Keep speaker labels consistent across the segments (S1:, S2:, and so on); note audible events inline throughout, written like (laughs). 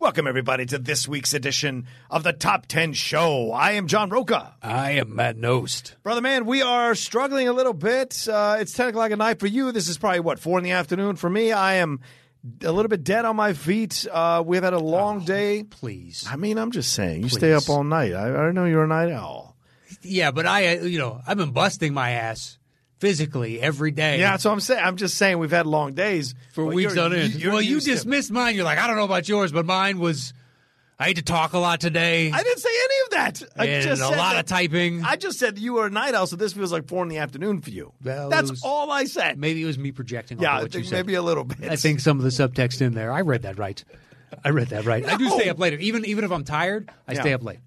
S1: Welcome, everybody, to this week's edition of the Top 10 Show. I am John Roca.
S2: I am Matt Nost.
S1: Brother man, we are struggling a little bit. Uh, it's 10 o'clock at night for you. This is probably, what, 4 in the afternoon for me? I am a little bit dead on my feet. Uh, we've had a
S2: Oh.
S1: long day.
S2: Please.
S1: I mean, I'm just saying, you stay up all night. I, I know you're a night owl.
S2: Yeah, but I, uh, you know, I've been busting my ass physically every day.
S1: Yeah, that's what I'm saying. I'm just saying we've had long days.
S2: for weeks on end. well, you dismissed mine. You're like, I don't know about yours, but mine was. I had to talk a lot today.
S1: I didn't say any of that. I
S2: And
S1: just
S2: a
S1: said
S2: lot
S1: that-
S2: of typing.
S1: I just said you were a night owl, so this feels like four in the afternoon for you.
S2: Well,
S1: That's
S2: it was-
S1: all I said.
S2: Maybe it was me projecting.
S1: yeah,
S2: off
S1: I
S2: of what you
S1: think
S2: said.
S1: maybe a little bit.
S2: I think some of the subtext in there. I read that right. I read that right. I do stay up later, even even if I'm tired. I
S1: Yeah.
S2: stay up late.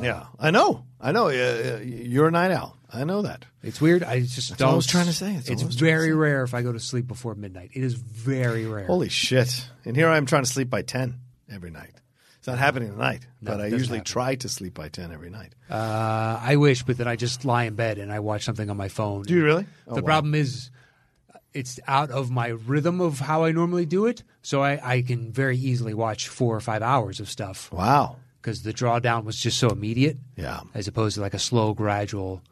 S1: yeah, I know. I know. Uh, uh, you're a night owl. I know that.
S2: It's weird. I just
S1: all
S2: don't.
S1: I was trying to say. That's all
S2: It's
S1: I was trying to
S2: very rare if I go to sleep before midnight. It is very rare.
S1: Holy shit! And here I am trying to sleep by ten every night. It's not happening tonight, but
S2: it
S1: I
S2: doesn't
S1: usually
S2: happen.
S1: try to sleep by ten every night.
S2: Uh, I wish, but then I just lie in bed and I watch something on my phone.
S1: Do you really? Oh,
S2: the
S1: wow.
S2: problem is, it's out of my rhythm of how I normally do it, so I, I can very easily watch four or five hours of stuff
S1: Wow.
S2: because the drawdown was just so immediate,
S1: Yeah.
S2: as opposed to like a slow, gradual.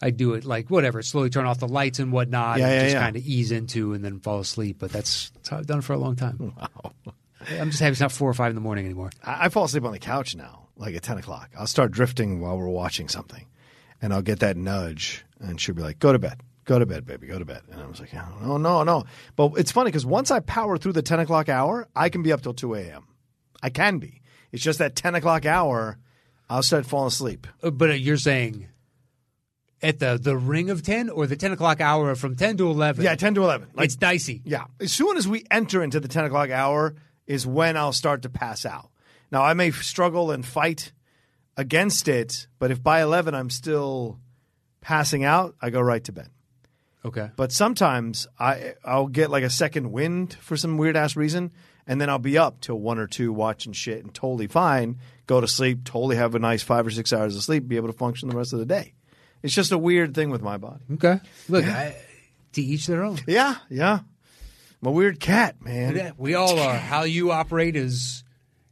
S2: I do it like whatever, slowly turn off the lights and whatnot,
S1: Yeah,
S2: and
S1: yeah,
S2: just
S1: yeah.
S2: kind of ease into and then fall asleep. But that's, that's how I've done it for a
S1: (laughs)
S2: long time. Wow. I'm just happy it's not four or five in the morning anymore.
S1: I, I fall asleep on the couch now, like at 10 o'clock. I'll start drifting while we're watching something. And I'll get that nudge, and she'll be like, go to bed. Go to bed, baby. Go to bed. And I was like, no, no, no. But it's funny because once I power through the 10 o'clock hour, I can be up till 2 a.m. I can be. It's just that 10 o'clock hour, I'll start falling asleep.
S2: Uh, But uh, you're saying at the the ring of ten or the ten o'clock hour from ten to eleven?
S1: Yeah, 10 to 11. Like,
S2: it's dicey.
S1: Yeah. As soon as we enter into the 10 o'clock hour is when I'll start to pass out. Now, I may struggle and fight against it, but if by 11 I'm still passing out, I go right to bed.
S2: Okay.
S1: But sometimes I, I'll get like a second wind for some weird ass reason, and then I'll be up till one or two watching shit and totally fine, go to sleep, totally have a nice five or six hours of sleep, be able to function the rest of the day. It's just a weird thing with my body.
S2: Okay. Look, I, to each their own.
S1: Yeah, yeah. I'm a weird cat, man.
S2: Yeah, We all are. How you operate is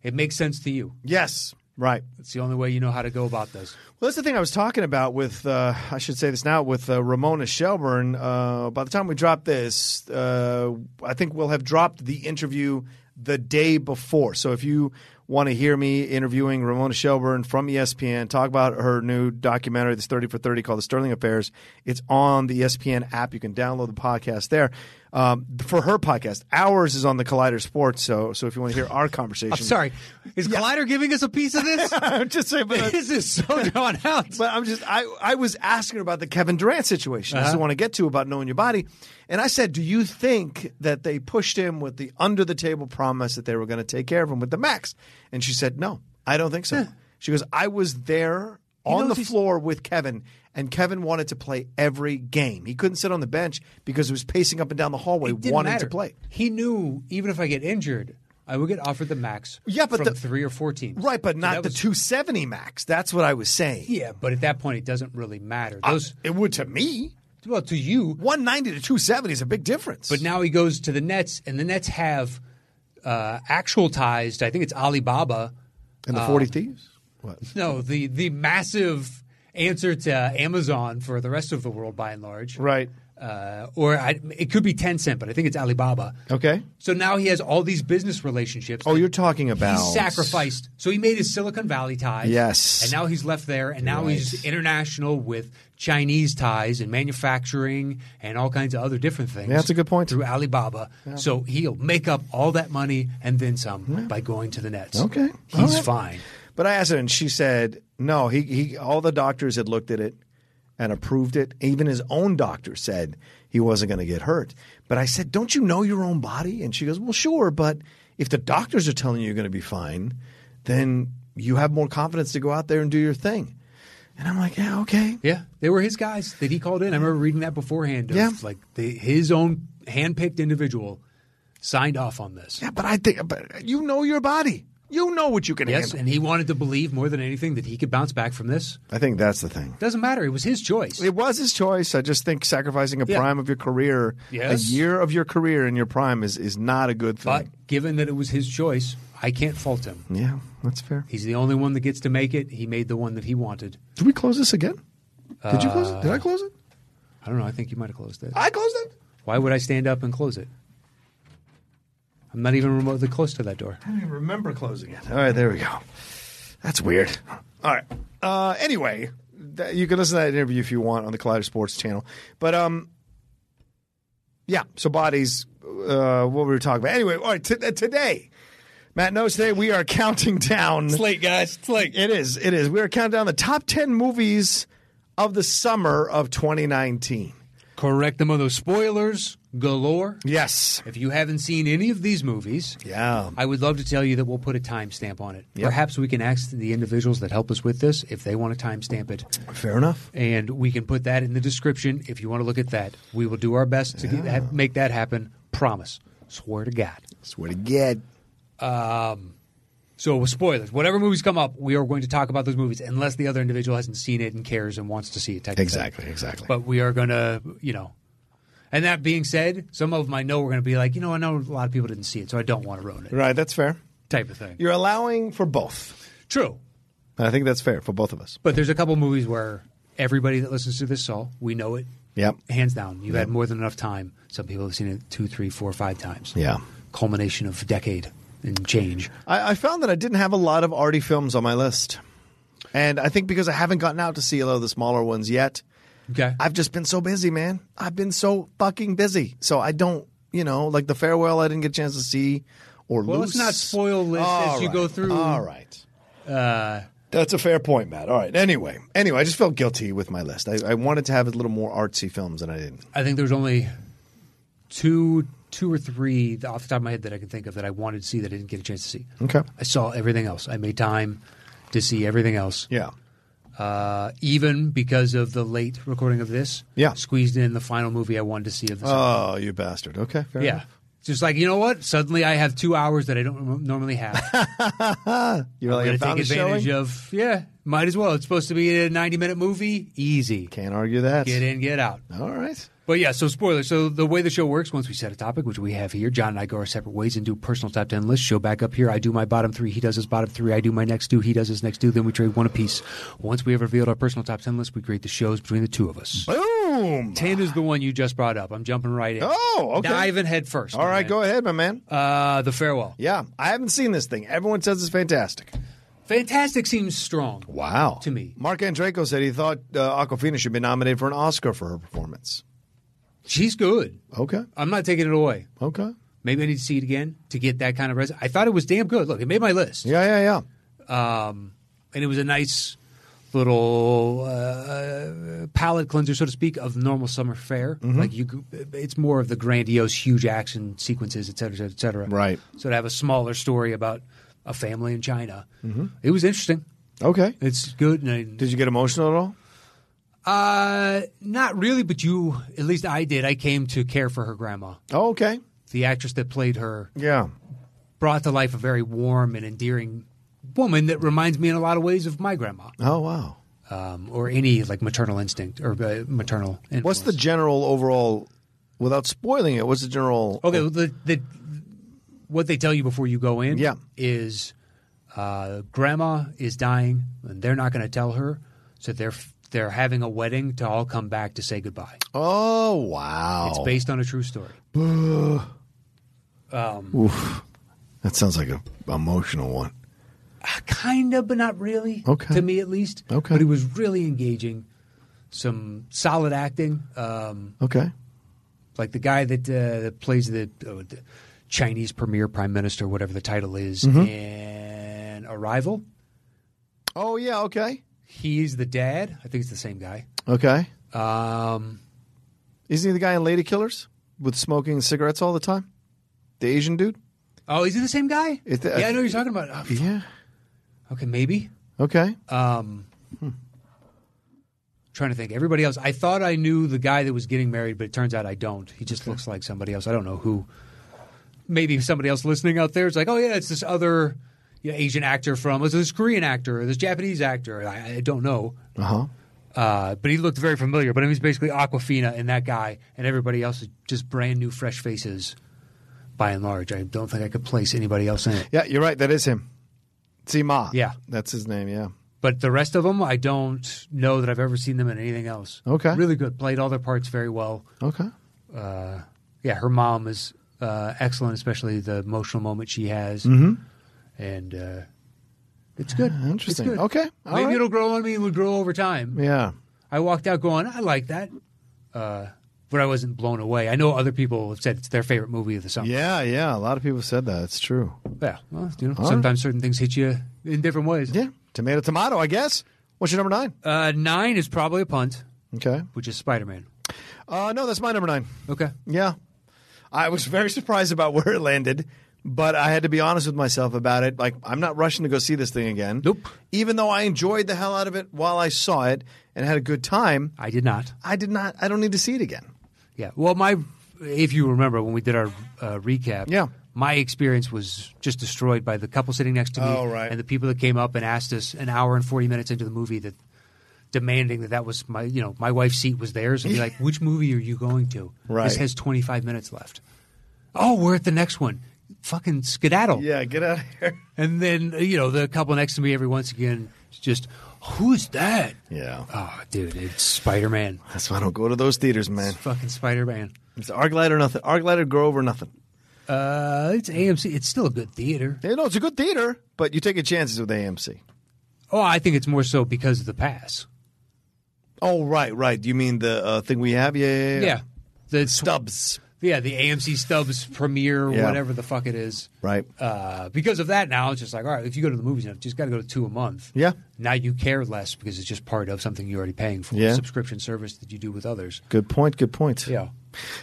S2: it makes sense to you.
S1: Yes, right.
S2: It's the only way you know how to go about this.
S1: Well, that's the thing I was talking about with, uh, I should say this now, with uh, Ramona Shelburne. Uh, by the time we drop this, uh, I think we'll have dropped the interview the day before. So if you want to hear me interviewing Ramona Shelburne from E ESPN, talk about her new documentary, this 30 for 30 called The Sterling Affairs, it's on the E ESPN app. You can download the podcast there. Um, for her podcast, ours is on the Collider Sports. So, so if you want to hear our conversation,
S2: I'm sorry. Is Collider giving us a piece of this?
S1: (laughs)
S2: (laughs)
S1: I'm just saying, but
S2: this is so drawn
S1: (laughs)
S2: out.
S1: But I'm just I I was asking about the Kevin Durant situation.
S2: Uh-huh.
S1: This is what I want to get to about knowing your body. And I said, do you think that they pushed him with the under the table promise that they were going to take care of him with the max? And she said, no, I don't think so. She goes, I was there on
S2: knows
S1: the
S2: he's-
S1: floor with Kevin, and Kevin wanted to play every game. He couldn't sit on the bench because he was pacing up and down the hallway
S2: It didn't
S1: wanting
S2: matter.
S1: to play.
S2: He knew even if I get injured, I would get offered the max.
S1: Yeah, but
S2: from
S1: the-
S2: three or four teams.
S1: Right, but
S2: So
S1: not
S2: that
S1: the
S2: was-
S1: 270 max. That's what I was saying.
S2: Yeah, but at that point, it doesn't really matter. Those
S1: It would to me.
S2: well to you,
S1: 190 to 270 is a big difference.
S2: but now he goes to the Nets, and the Nets have uh, actualized. I think it's Alibaba.
S1: And the 40 Thieves? What?
S2: No, the the massive answer to Amazon for the rest of the world by and large.
S1: Right.
S2: Uh, or I, it could be Tencent, but I think it's Alibaba.
S1: Okay.
S2: So now he has all these business relationships.
S1: Oh, you're talking about.
S2: He sacrificed. So he made his Silicon Valley ties.
S1: Yes.
S2: And now he's left there, and now he's international with Chinese ties and manufacturing and all kinds of other different things.
S1: Yeah, that's a good point.
S2: Through Alibaba. So he'll make up all that money and then some by going to the Nets.
S1: Okay. All
S2: He's
S1: right.
S2: fine.
S1: But I asked her, and she said, no, he, he all the doctors had looked at it, and approved it. Even his own doctor said he wasn't going to get hurt. But I said, Don't you know your own body? And she goes, Well, sure, but if the doctors are telling you you're going to be fine, then you have more confidence to go out there and do your thing. And I'm like, Yeah, okay.
S2: Yeah, they were his guys that he called in. I remember reading that beforehand. Of,
S1: Yeah.
S2: like the, his own handpicked individual signed off on this.
S1: Yeah, but I think, but you know your body. You know what you can
S2: Yes,
S1: handle.
S2: and he wanted to believe more than anything that he could bounce back from this.
S1: I think that's the thing.
S2: Doesn't matter. It was his choice.
S1: It was his choice. I just think sacrificing a
S2: Yeah.
S1: prime of your career,
S2: Yes.
S1: a year of your career in your prime is, is not a good
S2: But
S1: thing.
S2: given that it was his choice, I can't fault him.
S1: yeah, that's fair.
S2: He's the only one that gets to make it. He made the one that he wanted.
S1: Did we close this again? Did you close it? Did I close it?
S2: I don't know. I think you might have closed it.
S1: I closed it?
S2: Why would I stand up and close it? I'm not even remotely close to that door.
S1: I don't even remember closing it. All right, there we go. That's weird. All right. Uh, anyway, that, you can listen to that interview if you want on the Collider Sports channel. But um, yeah. So bodies, uh, what we were talking about. Anyway, all right. T- uh, today, Matt knows today we are (laughs) counting down.
S3: It's late, guys. It's late.
S1: It is. It is. We are counting down the top ten movies of the summer of 2019.
S2: Correct them on those spoilers galore.
S1: Yes.
S2: If you haven't seen any of these movies,
S1: Yeah.
S2: I would love to tell you that we'll put a timestamp on it. Perhaps we can ask the individuals that help us with this if they want to timestamp it.
S1: Fair enough.
S2: and we can put that in the description if you want to look at that. We will do our best to get that, make that happen. Promise. Swear to God.
S4: Swear to God.
S2: So, with spoilers, whatever movies come up, we are going to talk about those movies unless the other individual hasn't seen it and cares and wants to see it. Technically.
S1: Exactly. Exactly.
S2: But we are going to, you know. And that being said, some of them I know we're going to be like, you know, I know a lot of people didn't see it, so I don't want to ruin it,
S1: right. That's fair.
S2: type of thing.
S1: You're allowing for both.
S2: True.
S1: I think that's fair for both of us.
S2: But there's a couple movies where everybody that listens to this saw, we know it.
S1: Yep.
S2: Hands down. You've had more than enough time. Some people have seen it two, three, four, five times.
S1: Yeah.
S2: Culmination of decade and change.
S1: I, I found that I didn't have a lot of arty films on my list. And I think because I haven't gotten out to see a lot of the smaller ones yet,
S2: Okay.
S1: I've just been so busy, man. I've been so fucking busy. So I don't, you know, like the farewell I didn't get a chance to see or
S2: well, let's
S1: Loose.
S2: not spoil list
S1: All
S2: as you
S1: right.
S2: go through. uh,
S1: All right. That's a fair point, Matt. All right. Anyway, anyway, I just felt guilty with my list. I, I wanted to have a little more artsy films, and I didn't.
S2: I think there's only two two or three off the top of my head that I can think of that I wanted to see that I didn't get a chance to see.
S1: Okay.
S2: I saw everything else. I made time to see everything else.
S1: Yeah.
S2: Uh, even because of the late recording of this,
S1: Yeah.
S2: squeezed in the final movie I wanted to see of the summer.
S1: Oh, you bastard. Okay. Fair
S2: Yeah.
S1: enough.
S2: Just like, you know what? Suddenly I have two hours that I don't norm-
S1: (laughs)
S2: normally have. I'm
S1: You're like,
S2: going
S1: I
S2: to take
S1: found a
S2: advantage
S1: showing?
S2: of, yeah, might as well. It's supposed to be a 90 minute movie. Easy.
S1: Can't argue that.
S2: Get in, get out.
S1: All right.
S2: But yeah, so spoiler. So the way the show works, once we set a topic, which we have here, John and I go our separate ways and do personal top ten lists. Show back up here. I do my bottom three. He does his bottom three. I do my next two. He does his next two. Then we trade one apiece. Once we have revealed our personal top ten list, we create the shows between the two of us.
S1: Boom.
S2: Ten is the one you just brought up. I'm jumping right in.
S1: Oh, okay.
S2: Diving head first.
S1: All right, go ahead, my man.
S2: Uh, the farewell.
S1: yeah, I haven't seen this thing. Everyone says it's fantastic.
S2: Fantastic seems strong.
S1: Wow.
S2: To me.
S1: Mark Andreyko said he thought uh, Aquafina should be nominated for an Oscar for her performance.
S2: She's good.
S1: Okay.
S2: I'm not taking it away.
S1: Okay.
S2: Maybe I need to see it again to get that kind of res. I thought it was damn good. Look, it made my list.
S1: Yeah, yeah, yeah.
S2: Um, and it was a nice little uh, palate cleanser, so to speak, of normal summer fare.
S1: Mm-hmm.
S2: Like you, it's more of the grandiose, huge action sequences, et cetera, et cetera, et cetera.
S1: Right.
S2: So to have a smaller story about a family in China,
S1: Mm-hmm.
S2: it was interesting.
S1: Okay.
S2: It's good. And I,
S1: Did you get emotional at all?
S2: Uh, not really, but you, at least I did. I came to care for her grandma.
S1: Oh, okay.
S2: The actress that played her
S1: Yeah.
S2: brought to life a very warm and endearing woman that reminds me in a lot of ways of my grandma
S1: Oh, wow.
S2: um, or any like maternal instinct or uh, maternal. Influence.
S1: What's the general overall, without spoiling it, what's the general?
S2: okay? well, The, the what they tell you before you go in,
S1: Yeah.
S2: is uh, grandma is dying and they're not going to tell her, so they're they're having a wedding to all come back to say goodbye.
S1: Oh, wow.
S2: It's based on a true story.
S1: (sighs)
S2: Um.
S1: that sounds like an emotional one.
S2: kind of, but not really.
S1: Okay.
S2: To me, at least.
S1: Okay.
S2: But it was really engaging. Some solid acting. Um,
S1: Okay.
S2: like the guy that, uh, that plays the, uh, the Chinese premier prime minister,
S1: Mm-hmm.
S2: whatever the title is, in Arrival.
S1: Oh, yeah, okay.
S2: He's the dad. I think it's the same guy.
S1: Okay.
S2: Um,
S1: Isn't he the guy in Lady Killers with smoking cigarettes all the time? The Asian dude?
S2: oh, is he the same guy?
S1: It's the-
S2: yeah, I know who you're talking about. Oh, f-
S1: Yeah.
S2: Okay, maybe.
S1: Okay.
S2: Um, Trying to think. Everybody else. I thought I knew the guy that was getting married, but it turns out I don't. He just looks like somebody else. I don't know who. Maybe somebody else listening out there is like, oh yeah, it's this other you know, Asian actor from, it's this Korean actor, or this Japanese actor. I, I don't know.
S1: Uh huh.
S2: Uh, but he looked very familiar. But it was basically Aquafina and that guy, and everybody else is just brand new, fresh faces. By and large, I don't think I could place anybody else in it.
S1: Yeah, you're right. That is him. Zima.
S2: Yeah.
S1: That's his name. Yeah.
S2: But the rest of them, I don't know that I've ever seen them in anything else.
S1: Okay.
S2: really good. Played all their parts very well.
S1: Okay.
S2: Uh, yeah, her mom is uh, excellent, especially the emotional moment she has,
S1: Mm-hmm.
S2: and uh, it's good.
S1: Interesting.
S2: It's good.
S1: Okay. All
S2: Maybe
S1: right.
S2: it'll grow on me. It would grow over time.
S1: Yeah.
S2: I walked out going, I like that. Uh, but I wasn't blown away. I know other people have said it's their favorite movie of the summer.
S1: Yeah. Yeah. A lot of people said that. It's true.
S2: Yeah, well, you know,
S1: right.
S2: sometimes certain things hit you in different ways.
S1: Yeah. Tomato, tomato, I guess. What's your number nine?
S2: Uh, nine is probably a punt,
S1: Okay.
S2: which is Spider Man.
S1: Uh, no, that's my number nine.
S2: Okay.
S1: Yeah. I was very (laughs) surprised about where it landed, but I had to be honest with myself about it. Like, I'm not rushing to go see this thing again.
S2: Nope.
S1: Even though I enjoyed the hell out of it while I saw it and had a good time,
S2: I did not.
S1: I did not, I don't need to see it again.
S2: Yeah. Well, my, if you remember when we did our uh, recap,
S1: Yeah.
S2: my experience was just destroyed by the couple sitting next to me
S1: Oh, right.
S2: and the people that came up and asked us an hour and 40 minutes into the movie that demanding that that was my, you know, my wife's seat was theirs and be like, which movie are you going to?
S1: Right.
S2: This has 25 minutes left. Oh, we're at the next one. Fucking skedaddle.
S1: Yeah, get out of (laughs) here.
S2: And then, uh, you know, the couple next to me every once again is just, who's that?
S1: Yeah.
S2: Oh, dude, it's Spider Man.
S1: That's why I don't go to those theaters, man.
S2: It's fucking Spider Man.
S1: It's Arclight or nothing. Arclight or Grove or nothing.
S2: Uh, it's AMC. It's still a good theater.
S1: Yeah, no, it's a good theater, but you take your chances with AMC.
S2: Oh, I think it's more so because of the pass.
S1: Oh, right, right. You mean the uh, thing we have? Yeah, yeah, yeah.
S2: Yeah. The
S1: Stubs.
S2: Yeah, the AMC Stubbs premiere,
S1: Yeah.
S2: whatever the fuck it is.
S1: Right.
S2: Uh, because of that, now it's just like, all right, if you go to the movies, you just got to go to two a month.
S1: Yeah.
S2: Now you care less because it's just part of something you're already paying for,
S1: Yeah.
S2: a subscription service that you do with others.
S1: Good point. Good point.
S2: Yeah.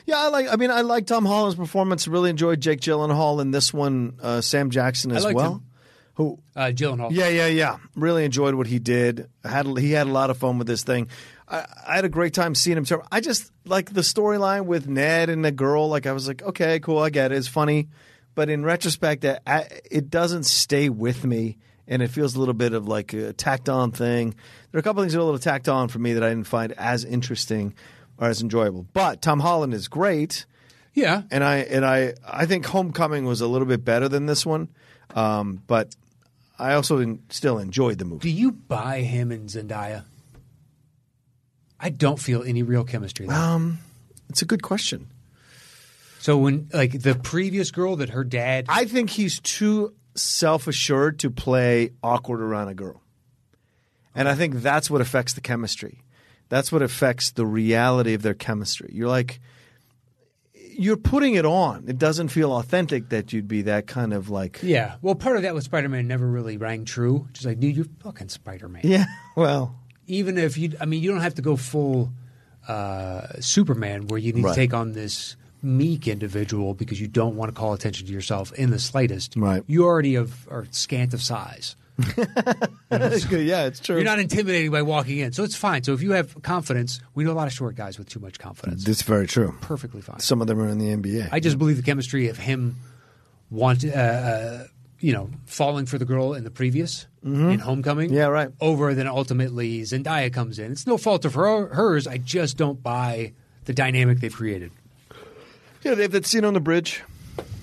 S1: Yeah, I like. I mean, I like Tom Holland's performance. Really enjoyed Jake Gyllenhaal in this one. Uh, Sam Jackson as
S2: liked
S1: well.
S2: him.
S1: Who?
S2: Uh, Gyllenhaal.
S1: Yeah, yeah, yeah. Really enjoyed what he did. Had he had a lot of fun with this thing. I, I had a great time seeing him. I just like the storyline with Ned and the girl. Like I was like, okay, cool, I get it. It's funny, but in retrospect, I, I, it doesn't stay with me, and it feels a little bit of like a tacked on thing. There are a couple things that are a little tacked on for me that I didn't find as interesting or as enjoyable. But Tom Holland is great
S2: Yeah.
S1: and I and I I think Homecoming was a little bit better than this one, um, but I also en- still enjoyed the
S2: Do
S1: movie.
S2: you buy him and Zendaya? I don't feel any real chemistry there.
S1: Um, it's a good question.
S2: So when like the previous girl that her dad
S1: I think he's too self assured to play awkward around a girl, and I think that's what affects the chemistry. That's what affects the reality of their chemistry. You're like. You're putting it on. It doesn't feel authentic that you'd be that kind of like.
S2: Yeah. Well, part of that with Spider Man never really rang true. Just like, dude, you're fucking Spider Man.
S1: Yeah. Well.
S2: Even if you, I mean, you don't have to go full uh, Superman where you need
S1: Right.
S2: to take on this meek individual because you don't want to call attention to yourself in the slightest.
S1: Right.
S2: You already have, are scant of size.
S1: (laughs) yeah, it's true.
S2: You're not intimidating by walking in. So it's fine. So if you have confidence, we know a lot of short guys with too much confidence.
S1: That's very true.
S2: Perfectly fine.
S1: Some of them are in the NBA.
S2: I just believe the chemistry of him want uh, uh, you know falling for the girl in the previous in Homecoming.
S1: Mm-hmm. Yeah, right.
S2: Over then ultimately Zendaya comes in. It's no fault of her, hers. I just don't buy the dynamic they've created.
S1: Yeah, they have that scene on the bridge,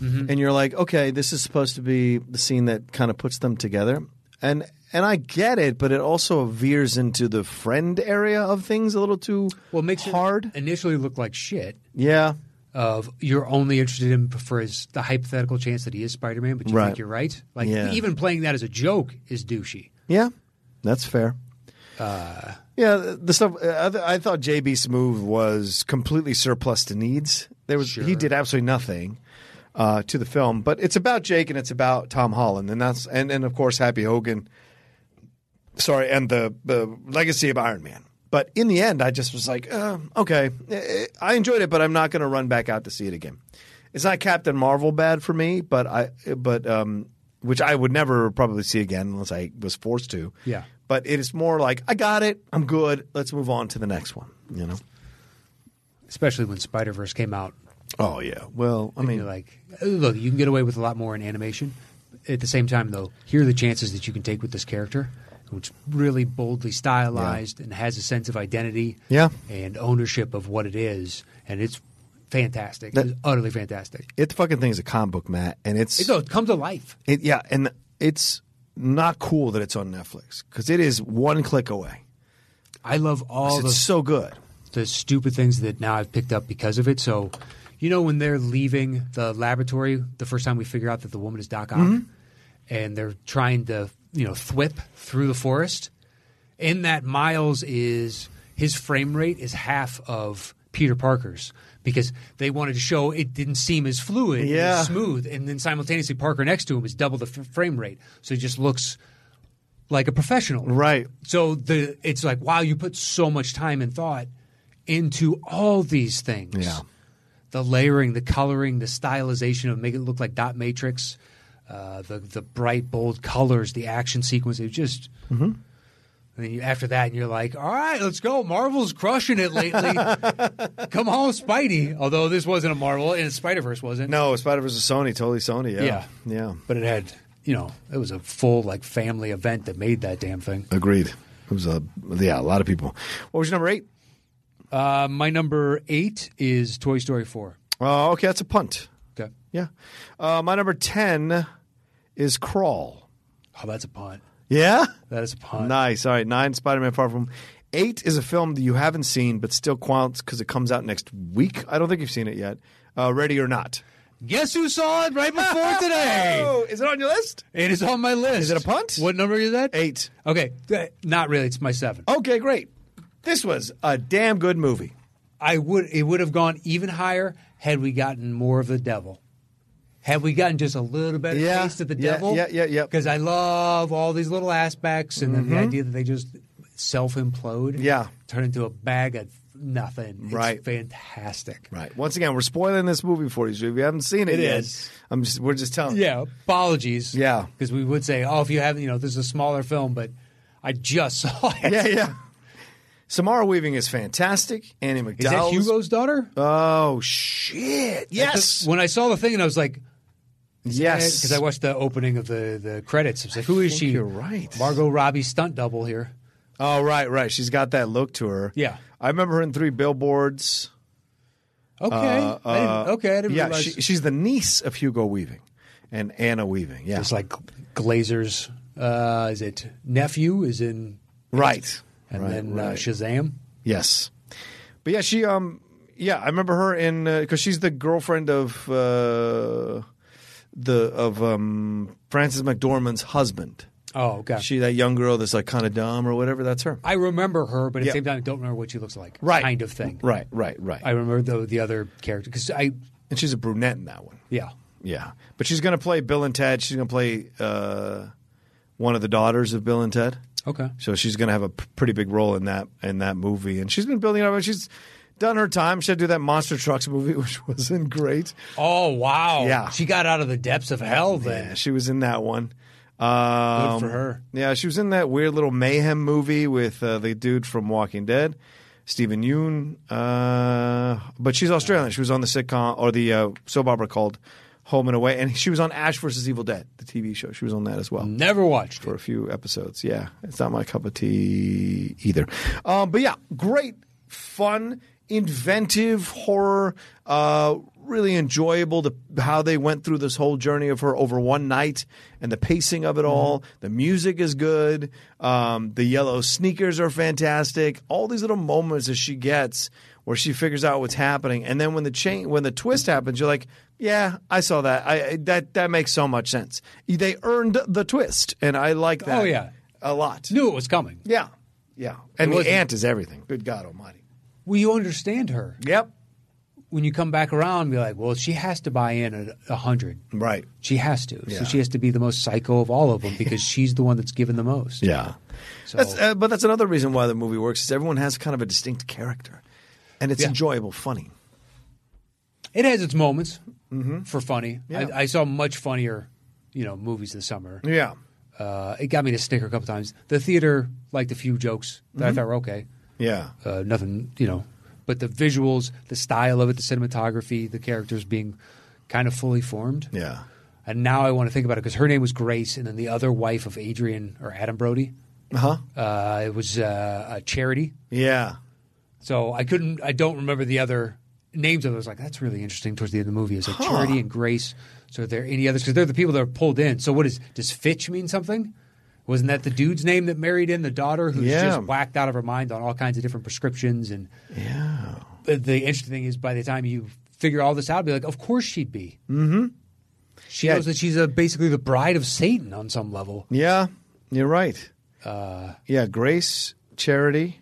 S2: Mm-hmm.
S1: and you're like, okay, this is supposed to be the scene that kind of puts them together, and and I get it, but it also veers into the friend area of things a little too
S2: Well, it makes
S1: hard.
S2: it initially look like shit.
S1: yeah,
S2: Of you're only interested in for his the hypothetical chance that he is Spider Man, but you
S1: Right.
S2: think you're right. Like
S1: Yeah.
S2: even playing that as a joke is douchey.
S1: yeah, that's fair.
S2: Uh,
S1: yeah, the stuff I, th- I thought JB's move was completely surplus to needs. There was he did absolutely nothing. Uh, to the film, but it's about Jake and it's about Tom Holland, and that's and, and of course Happy Hogan sorry, and the, the legacy of Iron Man. But in the end, I just was like, uh, okay, I- I enjoyed it, but I'm not going to run back out to see it again. It's not Captain Marvel bad for me, but I but um, which I would never probably see again unless I was forced to.
S2: Yeah.
S1: But it is more like I got it, I'm good. Let's move on to the next one. You know.
S2: especially when Spider Verse came out.
S1: Oh yeah. Well, I mean,
S2: You're like, "Oh, look, you can get away with a lot more in animation. At the same time, though, here are the chances that you can take with this character, which really boldly stylized and has a sense of identity,
S1: Yeah.
S2: and ownership of what it is, and it's fantastic.
S1: That-
S2: it's utterly fantastic.
S1: it the fucking thing's a comic book, Matt, and it's
S2: It goes, come to life.
S1: It, yeah, and it's not cool that it's on Netflix because it is one click away.
S2: I love all
S1: it's
S2: the
S1: so good.
S2: the stupid things that now I've picked up because of it. So, you know, when they're leaving the laboratory, the first time we figure out that the woman is Doc Ock,
S1: Mm-hmm.
S2: and they're trying to, you know, thwip through the forest, in that Miles is his frame rate is half of Peter Parker's because they wanted to show it didn't seem as fluid, and as
S1: Yeah.
S2: smooth, and then simultaneously Parker next to him is double the f- frame rate, so he just looks like a professional,
S1: Right.
S2: so the it's like wow, you put so much time and thought into all these things.
S1: Yeah.
S2: The layering, the coloring, the stylization of make it look like dot matrix, uh, the the bright bold colors, the action sequence. It just.
S1: Mm-hmm.
S2: And then you, after that, and you're like, all right, let's go. Marvel's crushing
S1: (laughs)
S2: it lately. Come on, Spidey. Although this wasn't a Marvel, and Spider Verse wasn't.
S1: No, Spider Verse is Sony, totally Sony.
S2: Yeah.
S1: Yeah, yeah,
S2: But it had, you know, it was a full, like, family event that made that damn thing.
S1: agreed. It was a yeah, a lot of people. What was your number eight?
S2: Uh, my number eight is Toy Story 4.
S1: Oh, okay, that's a punt.
S2: Okay.
S1: Yeah, uh, my number ten is Crawl.
S2: Oh, that's a punt.
S1: Yeah,
S2: That is a punt.
S1: nice. All right, nine Spider Man Far From. Home. Eight is a film that you haven't seen, but still counts because it comes out next week. I don't think you've seen it yet. Uh, Ready or Not.
S2: Guess who saw it
S1: (laughs)
S2: right before today?
S1: Oh, is it on your list?
S2: It is on my list. Is
S1: it a punt?
S2: What number is that?
S1: Eight.
S2: Okay. th- Not really. It's my seven.
S1: Okay, great. This was a damn good movie.
S2: I would. It would have gone even higher had we gotten more of the devil. Had we gotten just a little better
S1: Yeah,
S2: taste of the
S1: yeah,
S2: devil?
S1: yeah, yeah, yeah. Mm-hmm.
S2: Because I love all these little aspects, and then the idea that they just self implode.
S1: Yeah.
S2: Turn into a bag of nothing. It's
S1: Right.
S2: Fantastic.
S1: Right. Once again, we're spoiling this movie for you. So if you haven't seen it,
S2: It
S1: yet,
S2: is.
S1: I'm just we're just telling. you.
S2: Yeah, apologies.
S1: Yeah.
S2: because we would say, oh, if you haven't, you know, this is a smaller film, but I just (laughs) saw it.
S1: yeah, yeah. Samara Weaving is fantastic. Annie
S2: Is
S1: McDowell.
S2: that Hugo's daughter?
S1: Oh shit! Yes,
S2: When I saw the thing, and I was like,
S1: yes.
S2: because I watched the opening of the the credits. I was like, who is
S1: think
S2: she?
S1: you're right.
S2: Margot Robbie stunt double here.
S1: oh right, right. She's got that look to her.
S2: Yeah.
S1: I remember her in Three Billboards.
S2: Okay,
S1: Uh,
S2: I
S1: uh,
S2: didn't, okay, I didn't
S1: yeah,
S2: realize.
S1: she, she's the niece of Hugo Weaving and Anna Weaving. Yeah,
S2: it's like Glazer's. Uh, is it nephew? Is in
S1: right.
S2: and
S1: Right,
S2: then Uh,
S1: right.
S2: Shazam.
S1: Yes, but yeah, she um, yeah, I remember her in because she's the girlfriend of uh, the of um Francis McDormand's husband.
S2: Oh, okay.
S1: She that young girl that's like kind of dumb or whatever. That's her.
S2: I remember her, but at
S1: Yeah.
S2: the same time, I don't remember what she looks like.
S1: Right.
S2: kind of thing.
S1: Right, right, right.
S2: I remember the the other character because I
S1: and she's a brunette in that one.
S2: yeah.
S1: Yeah, but she's gonna play Bill and Ted. She's gonna play uh, one of the daughters of Bill and Ted.
S2: Okay.
S1: So she's going to have a p- pretty big role in that in that movie, and she's been building it up. She's done her time. She had to do that Monster Trucks movie, (laughs) which wasn't great.
S2: Oh wow!
S1: Yeah.
S2: she got out of the depths of hell. Then
S1: Yeah, she was in that one. Um,
S2: for her.
S1: Yeah, she was in that weird little mayhem movie with uh, the dude from Walking Dead, Stephen Yoon. Uh, but she's Australian. She was on the sitcom or the uh, soap opera called Home and Away, and she was on Ash versus Evil Dead, the TV show. She was on that as well.
S2: never watched.
S1: for
S2: It.
S1: a few episodes. Yeah, it's not my cup of tea either. Um, but yeah, great, fun, inventive horror. Uh, really enjoyable to how they went through this whole journey of her over one night and the pacing of it all. The music is good. Um, the yellow sneakers are fantastic. All these little moments that she gets where she figures out what's happening, and then when the chain, when the twist happens, you're like, "Yeah, I saw that. I I- that that makes so much sense. They earned the twist, and I like that.
S2: Oh, yeah.
S1: a lot.
S2: Knew it was coming.
S1: Yeah, yeah. And the
S2: wasn't-
S1: ant is everything. Good God Almighty.
S2: Well, you understand her.
S1: Yep.
S2: when you come back around, be like, well, she has to buy in at a hundred.
S1: Right.
S2: She has to.
S1: Yeah.
S2: So she has to be the most psycho of all of them because she's the one that's given the most.
S1: Yeah.
S2: So-
S1: That's, uh, but that's another reason why the movie works is everyone has kind of a distinct character, and it's
S2: Yeah.
S1: enjoyable, funny.
S2: It has its moments for funny.
S1: Yeah.
S2: I, I saw much funnier, you know, movies this summer.
S1: Yeah.
S2: Uh, it got me to snicker a couple times. The theater liked a few jokes that I thought were okay.
S1: Yeah.
S2: Uh, nothing, you know, but the visuals, the style of it, the cinematography, the characters being kind of fully formed.
S1: Yeah.
S2: And now I want to think about it because her name was Grace, and then the other wife of Adrian or Adam Brody,
S1: Uh huh.
S2: uh, it was uh, a charity.
S1: Yeah.
S2: So I couldn't, I don't remember the other names of it. I was like, that's really interesting towards the end of the movie. It's like Charity and Grace. So are there any others? Because they're the people that are pulled in. So what is, does Fitch mean something? Wasn't that the dude's name that married in the daughter who's
S1: Yeah.
S2: just whacked out of her mind on all kinds of different prescriptions? And
S1: Yeah.
S2: the, the interesting thing is by the time you figure all this out, be like, of course she'd be. Mm-hmm. She
S1: Yeah.
S2: knows that she's a, basically the bride of Satan on some level.
S1: Yeah. You're right. Uh, yeah. Grace, charity.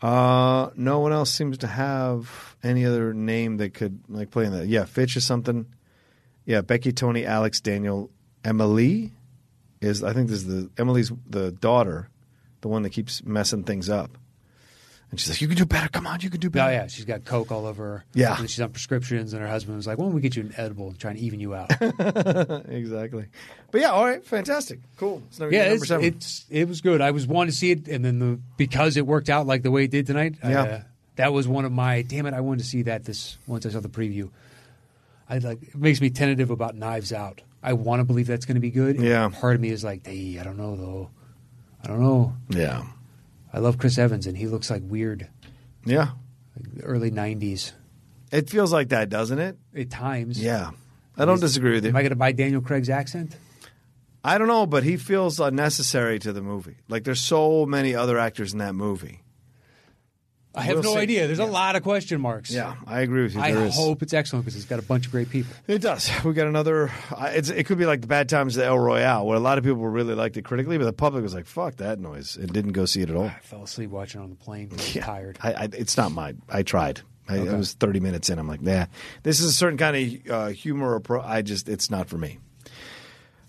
S1: Uh, no one else seems to have any other name that could like play in that. Yeah, Fitch is something. Yeah, Becky, Tony, Alex, Daniel, Emily is. I think this is the Emily's the daughter, the one that keeps messing things up. And she's like, "You can do better. Come on, you can do
S2: Oh
S1: better."
S2: yeah, she's got coke all over her.
S1: Yeah.
S2: and she's on prescriptions, and her husband was like, "Why don't we get you an edible and try and even you out?"
S1: exactly. But yeah, all right, fantastic, cool. It's number,
S2: yeah,
S1: number
S2: it's,
S1: seven.
S2: it's it was good. I was wanting to see it, and then the because it worked out like the way it did tonight.
S1: Yeah.
S2: uh, that was one of my damn it. I wanted to see that this once I saw the preview. I like it makes me tentative about Knives Out. I want to believe that's going to be good. and
S1: Yeah.
S2: part of me is like, hey, I don't know though. I don't know.
S1: yeah,
S2: I love Chris Evans, and he looks like weird,
S1: yeah.
S2: like the early '90s
S1: It feels like that, doesn't it?
S2: at times.
S1: Yeah, I don't disagree with you.
S2: Am I going to buy Daniel Craig's accent?
S1: I don't know, but he feels unnecessary to the movie. Like there's so many other actors in that movie.
S2: I have
S1: We'll
S2: no
S1: see.
S2: idea. There's a lot of question marks.
S1: I agree with you.
S2: I
S1: There is.
S2: hope it's excellent because it's got a bunch of great people.
S1: it does. (laughs) We got another. I- It's, it could be like the bad times of the El Royale, where a lot of people really liked it critically, but the public was like, "Fuck that noise," and didn't go see it at all.
S2: I fell asleep watching on the plane. (laughs) 'cause I was Ah, tired.
S1: I, I, it's not my. I tried. I, I was 30 minutes in. I'm like, nah, this is a certain kind of uh, humor. Or pro- I just, it's not for me.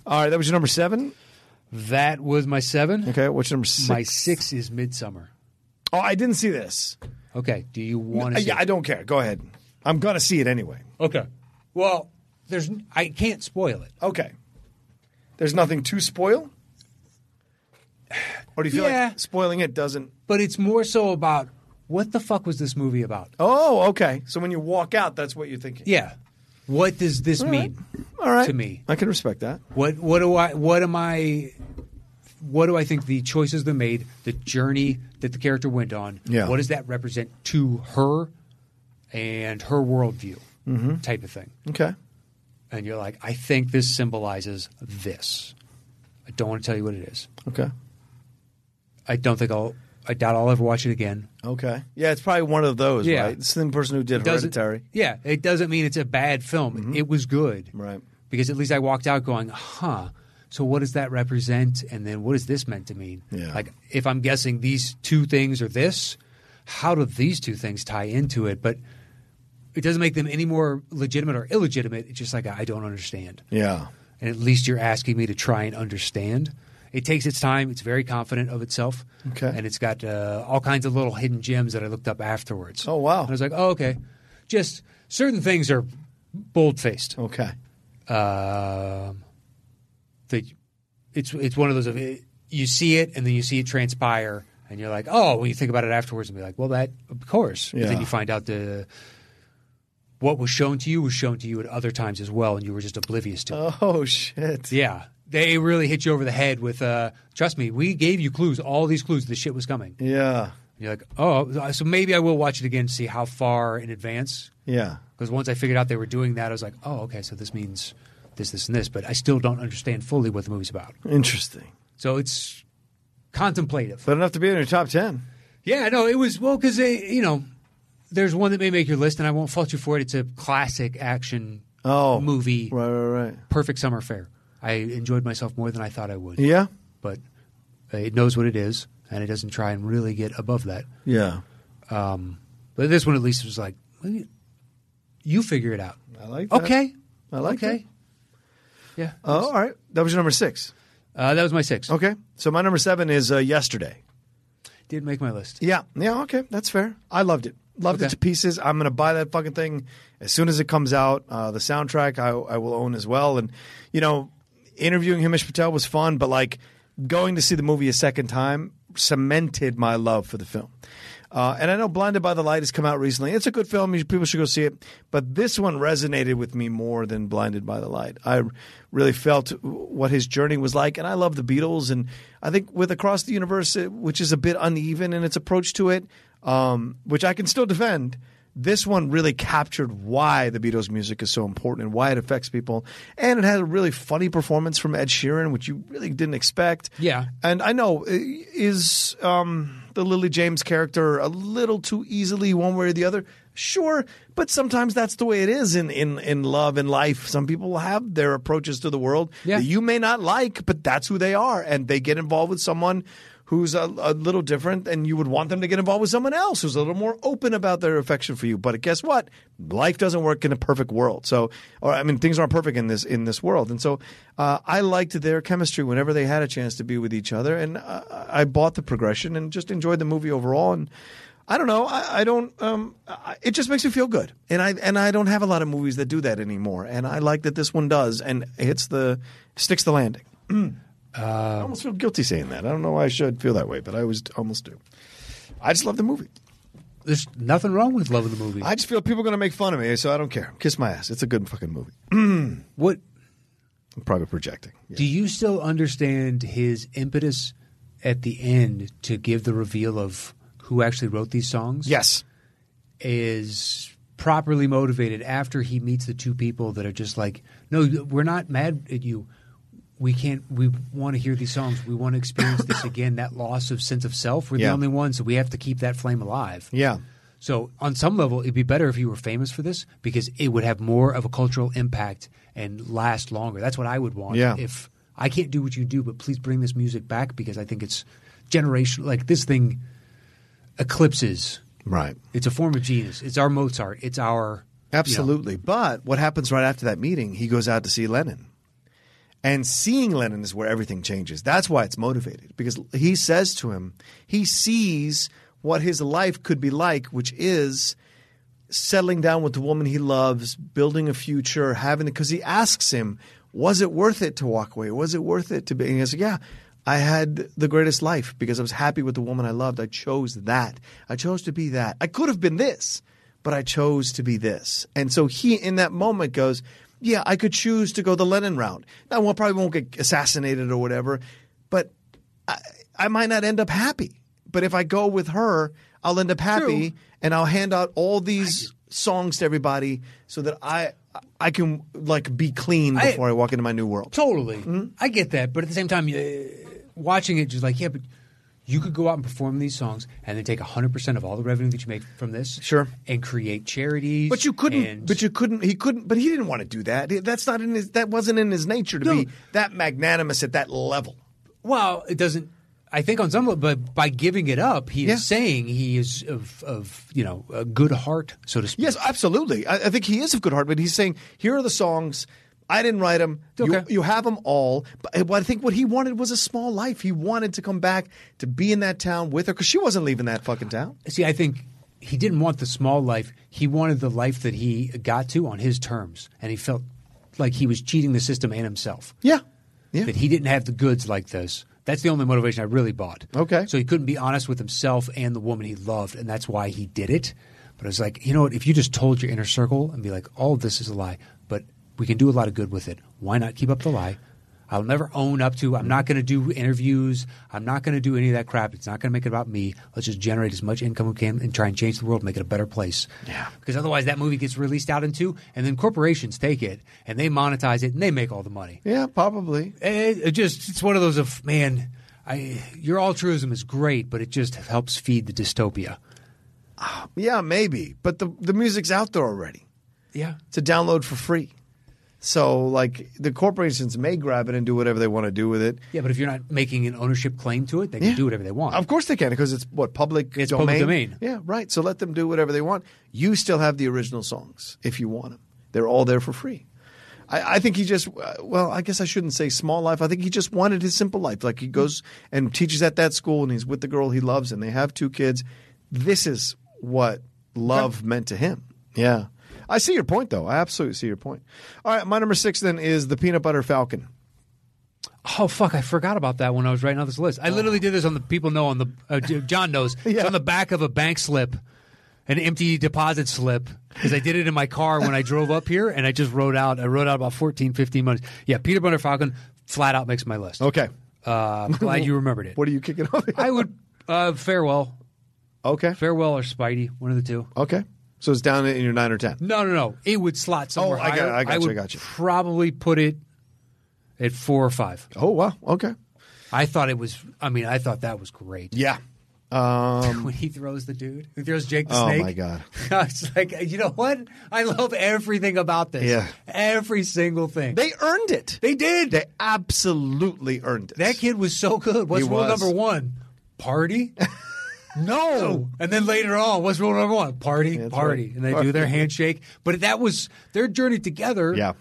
S1: All right, that was your number seven.
S2: That was my seven.
S1: Okay, what's your number six?
S2: My six is Midsummer.
S1: Oh, I didn't see this.
S2: Okay. Do you want
S1: Uh,
S2: to?
S1: yeah, I don't care. Go ahead. I'm gonna see it anyway.
S2: Okay. Well, there's. I can't spoil it.
S1: Okay. There's nothing to spoil. Or do you feel
S2: Yeah.
S1: like spoiling it doesn't?
S2: But it's more so about what the fuck was this movie about?
S1: Oh, okay. So when you walk out, that's what you're thinking.
S2: Yeah. What does this mean?
S1: All right.
S2: To me.
S1: I can respect that.
S2: What what do I what am I what do I think the choices they made, the journey that the character went on,
S1: Yeah.
S2: what does that represent to her and her worldview type of thing?
S1: Okay.
S2: And you're like, I think this symbolizes this. I don't want to tell you what it is.
S1: Okay.
S2: I don't think I'll I doubt I'll ever watch it again.
S1: Okay. Yeah, it's probably one of those,
S2: Yeah.
S1: right? It's the same person who did
S2: Doesn't-
S1: Hereditary. Mm-hmm.
S2: Yeah, it doesn't mean it's a bad film. It was good.
S1: Right.
S2: Because at least I walked out going, huh, so what does that represent? And then what is this meant to mean?
S1: Yeah.
S2: Like, if I'm guessing these two things or this, how do these two things tie into it? But it doesn't make them any more legitimate or illegitimate. It's just like, I don't understand.
S1: Yeah.
S2: And at least you're asking me to try and understand. It takes its time. It's very confident of itself.
S1: Okay.
S2: And it's got uh, all kinds of little hidden gems that I looked up afterwards.
S1: Oh, wow.
S2: And I was like, oh, okay. Just certain things are bold faced.
S1: Okay.
S2: Um, that it's it's one of those of it, you see it and then you see it transpire and you're like, oh, when you think about it afterwards and be like, well, that of course. But
S1: Yeah.
S2: then you find out the what was shown to you was shown to you at other times as well, and you were just oblivious to it.
S1: Oh shit.
S2: Yeah. They really hit you over the head with, uh, trust me, we gave you clues, all these clues, the shit was coming.
S1: Yeah.
S2: And you're like, oh, so maybe I will watch it again to see how far in advance.
S1: Yeah.
S2: Because once I figured out they were doing that, I was like, oh, okay, so this means this, this, and this. But I still don't understand fully what the movie's about.
S1: Interesting.
S2: So it's contemplative.
S1: But enough to be in your top ten.
S2: Yeah, no, it was well because they, you know, there's one that may make your list, and I won't fault you for it. It's a classic action
S1: Oh.
S2: movie,
S1: Right, right, right.
S2: perfect summer fare. I enjoyed myself more than I thought I would.
S1: Yeah?
S2: but it knows what it is, and it doesn't try and really get above that.
S1: Yeah.
S2: Um, but this one at least was like, Well, You figure it out.
S1: I like that.
S2: Okay.
S1: I like
S2: okay. Yeah.
S1: Oh, all right. That was your number six.
S2: Uh, that was my six.
S1: Okay. So my number seven is uh, yesterday.
S2: Did make my list.
S1: Yeah. Yeah. Okay. That's fair. I loved it. Loved it
S2: Okay.
S1: to pieces. I'm going to buy that fucking thing as soon as it comes out. Uh, the soundtrack I, I will own as well. And, you know, interviewing Himesh Patel was fun, but like going to see the movie a second time cemented my love for the film. Uh, and I know Blinded by the Light has come out recently. It's a good film. You- People should go see it. But this one resonated with me more than Blinded by the Light. I really felt what his journey was like. And I love the Beatles. And I think with Across the Universe, it- which is a bit uneven in its approach to it, um, which I can still defend, this one really captured why the Beatles music is so important and why it affects people. And it had a really funny performance from Ed Sheeran, which you really didn't expect.
S2: Yeah.
S1: And I know, i- is um, the Lily James character a little too easily one way or the other? Sure, but sometimes that's the way it is in, in, in love and life. Some people have their approaches to the world
S2: Yeah.
S1: that you may not like, but that's who they are. And they get involved with someone who's a, a little different, and you would want them to get involved with someone else who's a little more open about their affection for you. But guess what? Life doesn't work in a perfect world. So, or I mean, things aren't perfect in this in this world. And so, uh, I liked their chemistry whenever they had a chance to be with each other, and uh, I bought the progression and just enjoyed the movie overall. And I don't know. I, I don't. Um, I, it just makes me feel good, and I and I don't have a lot of movies that do that anymore. And I like that this one does, and hits the sticks the landing. (clears throat) I almost feel guilty saying that. I don't know why I should feel that way, but I always almost do. I just love the movie.
S2: There's nothing wrong with loving the movie.
S1: I just feel people are going to make fun of me, so I don't care. Kiss my ass. It's a good fucking movie.
S2: what
S1: I'm probably projecting. Yeah.
S2: do you still understand his impetus at the end to give the reveal of who actually wrote these songs?
S1: Yes.
S2: is properly motivated after he meets the two people that are just like, no, we're not mad at you. We can't. We want to hear these songs. We want to experience
S1: (coughs)
S2: this again. That loss of sense of self. We're
S1: Yeah.
S2: the only ones, so we have to keep that flame alive.
S1: Yeah.
S2: So on some level, it'd be better if you were famous for this because it would have more of a cultural impact and last longer. That's what I would want.
S1: Yeah.
S2: If I can't do what you do, but please bring this music back because I think it's generational. Like this thing eclipses
S1: Right.
S2: it's a form of genius. It's our Mozart. It's our
S1: Absolutely. But what happens right after that meeting? He goes out to see Lennon. And seeing Lennon is where everything changes. That's why it's motivated because he says to him, he sees what his life could be like, which is settling down with the woman he loves, building a future, having because he asks him, "Was it worth it to walk away? Was it worth it to be?" And he goes, "Yeah, I had the greatest life because I was happy with the woman I loved. I chose that. I chose to be that. I could have been this, but I chose to be this." And so he, in that moment, goes, "Yeah, I could choose to go the Lenin route. Now, I probably won't get assassinated or whatever, but I, I might not end up happy. But if I go with her, I'll end up happy."
S2: True.
S1: and I'll hand out all these songs to everybody so that I I can like be clean
S2: I-
S1: before I, walk into my new world.
S2: Totally,
S1: Mm-hmm.
S2: I get that, but at the same time, uh, watching it, just like yeah, but you could go out and perform these songs and then take hundred percent of all the revenue that you make from this,
S1: Sure.
S2: and create charities.
S1: But you couldn't.
S2: and-
S1: But you couldn't. He couldn't. But he didn't want to do that. He- That's not in his. That wasn't in his nature to
S2: No.
S1: be that magnanimous at that level.
S2: well, it doesn't. I think on some level, but by giving it up, he
S1: Yeah.
S2: is saying he is of, of you know a good heart, so to speak.
S1: Yes, absolutely. I, I think he is of good heart, but he's saying, here are the songs. I didn't write them. You,
S2: Okay.
S1: you have them all. But but I think what he wanted was a small life. He wanted to come back to be in that town with her because she wasn't leaving that fucking town.
S2: See, I think he didn't want the small life. He wanted the life that he got to on his terms, and he felt like he was cheating the system and himself.
S1: Yeah. Yeah.
S2: That he didn't have the goods like this. That's the only motivation I really bought.
S1: Okay.
S2: So he couldn't be honest with himself and the woman he loved, and that's why he did it. But I was like, you know what? If you just told your inner circle and be like, all of this is a lie, but we can do a lot of good with it. Why not keep up the lie? I'll never own up to. I'm not going to do interviews. I'm not going to do any of that crap. It's not going to make it about me. Let's just generate as much income we can and try and change the world, make it a better place. Yeah. Because otherwise, that movie gets released out into, and then corporations take it and they monetize it and they make all the money.
S1: Yeah, probably.
S2: It, Eh, it just it's one of those of man, I your altruism is great, but it just helps feed the dystopia.
S1: Yeah, maybe. But the the music's out there already.
S2: Yeah,
S1: It's a download for free. So like the corporations may grab it and do whatever they want to do with it.
S2: Yeah, but if you're not making an ownership claim to it, they can
S1: Yeah.
S2: do whatever they want.
S1: Of course they can because it's what public
S2: It's
S1: domain.
S2: public domain.
S1: Yeah, right. So let them do whatever they want. You still have the original songs if you want them. They're all there for free. I, I think he just uh, well, I guess I shouldn't say small life. I think he just wanted his simple life. Like he goes and teaches at that school and he's with the girl he loves and they have two kids. This is what love meant to him. Yeah. I see your point though. I absolutely see your point. All right, my number 6 then is the peanut butter falcon.
S2: Oh fuck! I forgot about that when I was writing out this list. I literally did this on the people know on the uh, J- John (laughs) knows it's
S1: Yeah.
S2: on the back of a bank slip, an empty deposit slip because I did it in my car when I drove up here and I just wrote out. I wrote out about 14, 15 months. Yeah, Peter Butter Falcon flat out makes my list.
S1: Okay.
S2: Uh, I'm glad you remembered (laughs) it.
S1: What are you kicking off? (laughs)
S2: I would uh, farewell,
S1: okay.
S2: farewell or Spidey, one of the two.
S1: Okay. So it's down in your nine or ten.
S2: No, no, no. It would slot somewhere
S1: Oh, I got-
S2: higher.
S1: I got you,
S2: would
S1: I got you.
S2: Probably put it at four or five.
S1: Oh wow. Okay.
S2: I thought it was. I mean, I thought that was great. (laughs)
S1: Yeah. Um,
S2: when he throws the dude, he throws Jake the
S1: Oh,
S2: snake.
S1: my God.
S2: (laughs) I was like, you know what? I love everything about this.
S1: Yeah.
S2: every single thing.
S1: they earned it.
S2: They did.
S1: They absolutely earned it.
S2: that kid was so good. What's
S1: He
S2: rule
S1: was.
S2: number one?
S1: (laughs)
S2: Party. No, and then later on, what's rule number one? Party,
S1: That's
S2: party,
S1: right.
S2: and they do their handshake. But that was their journey together.
S1: Yeah.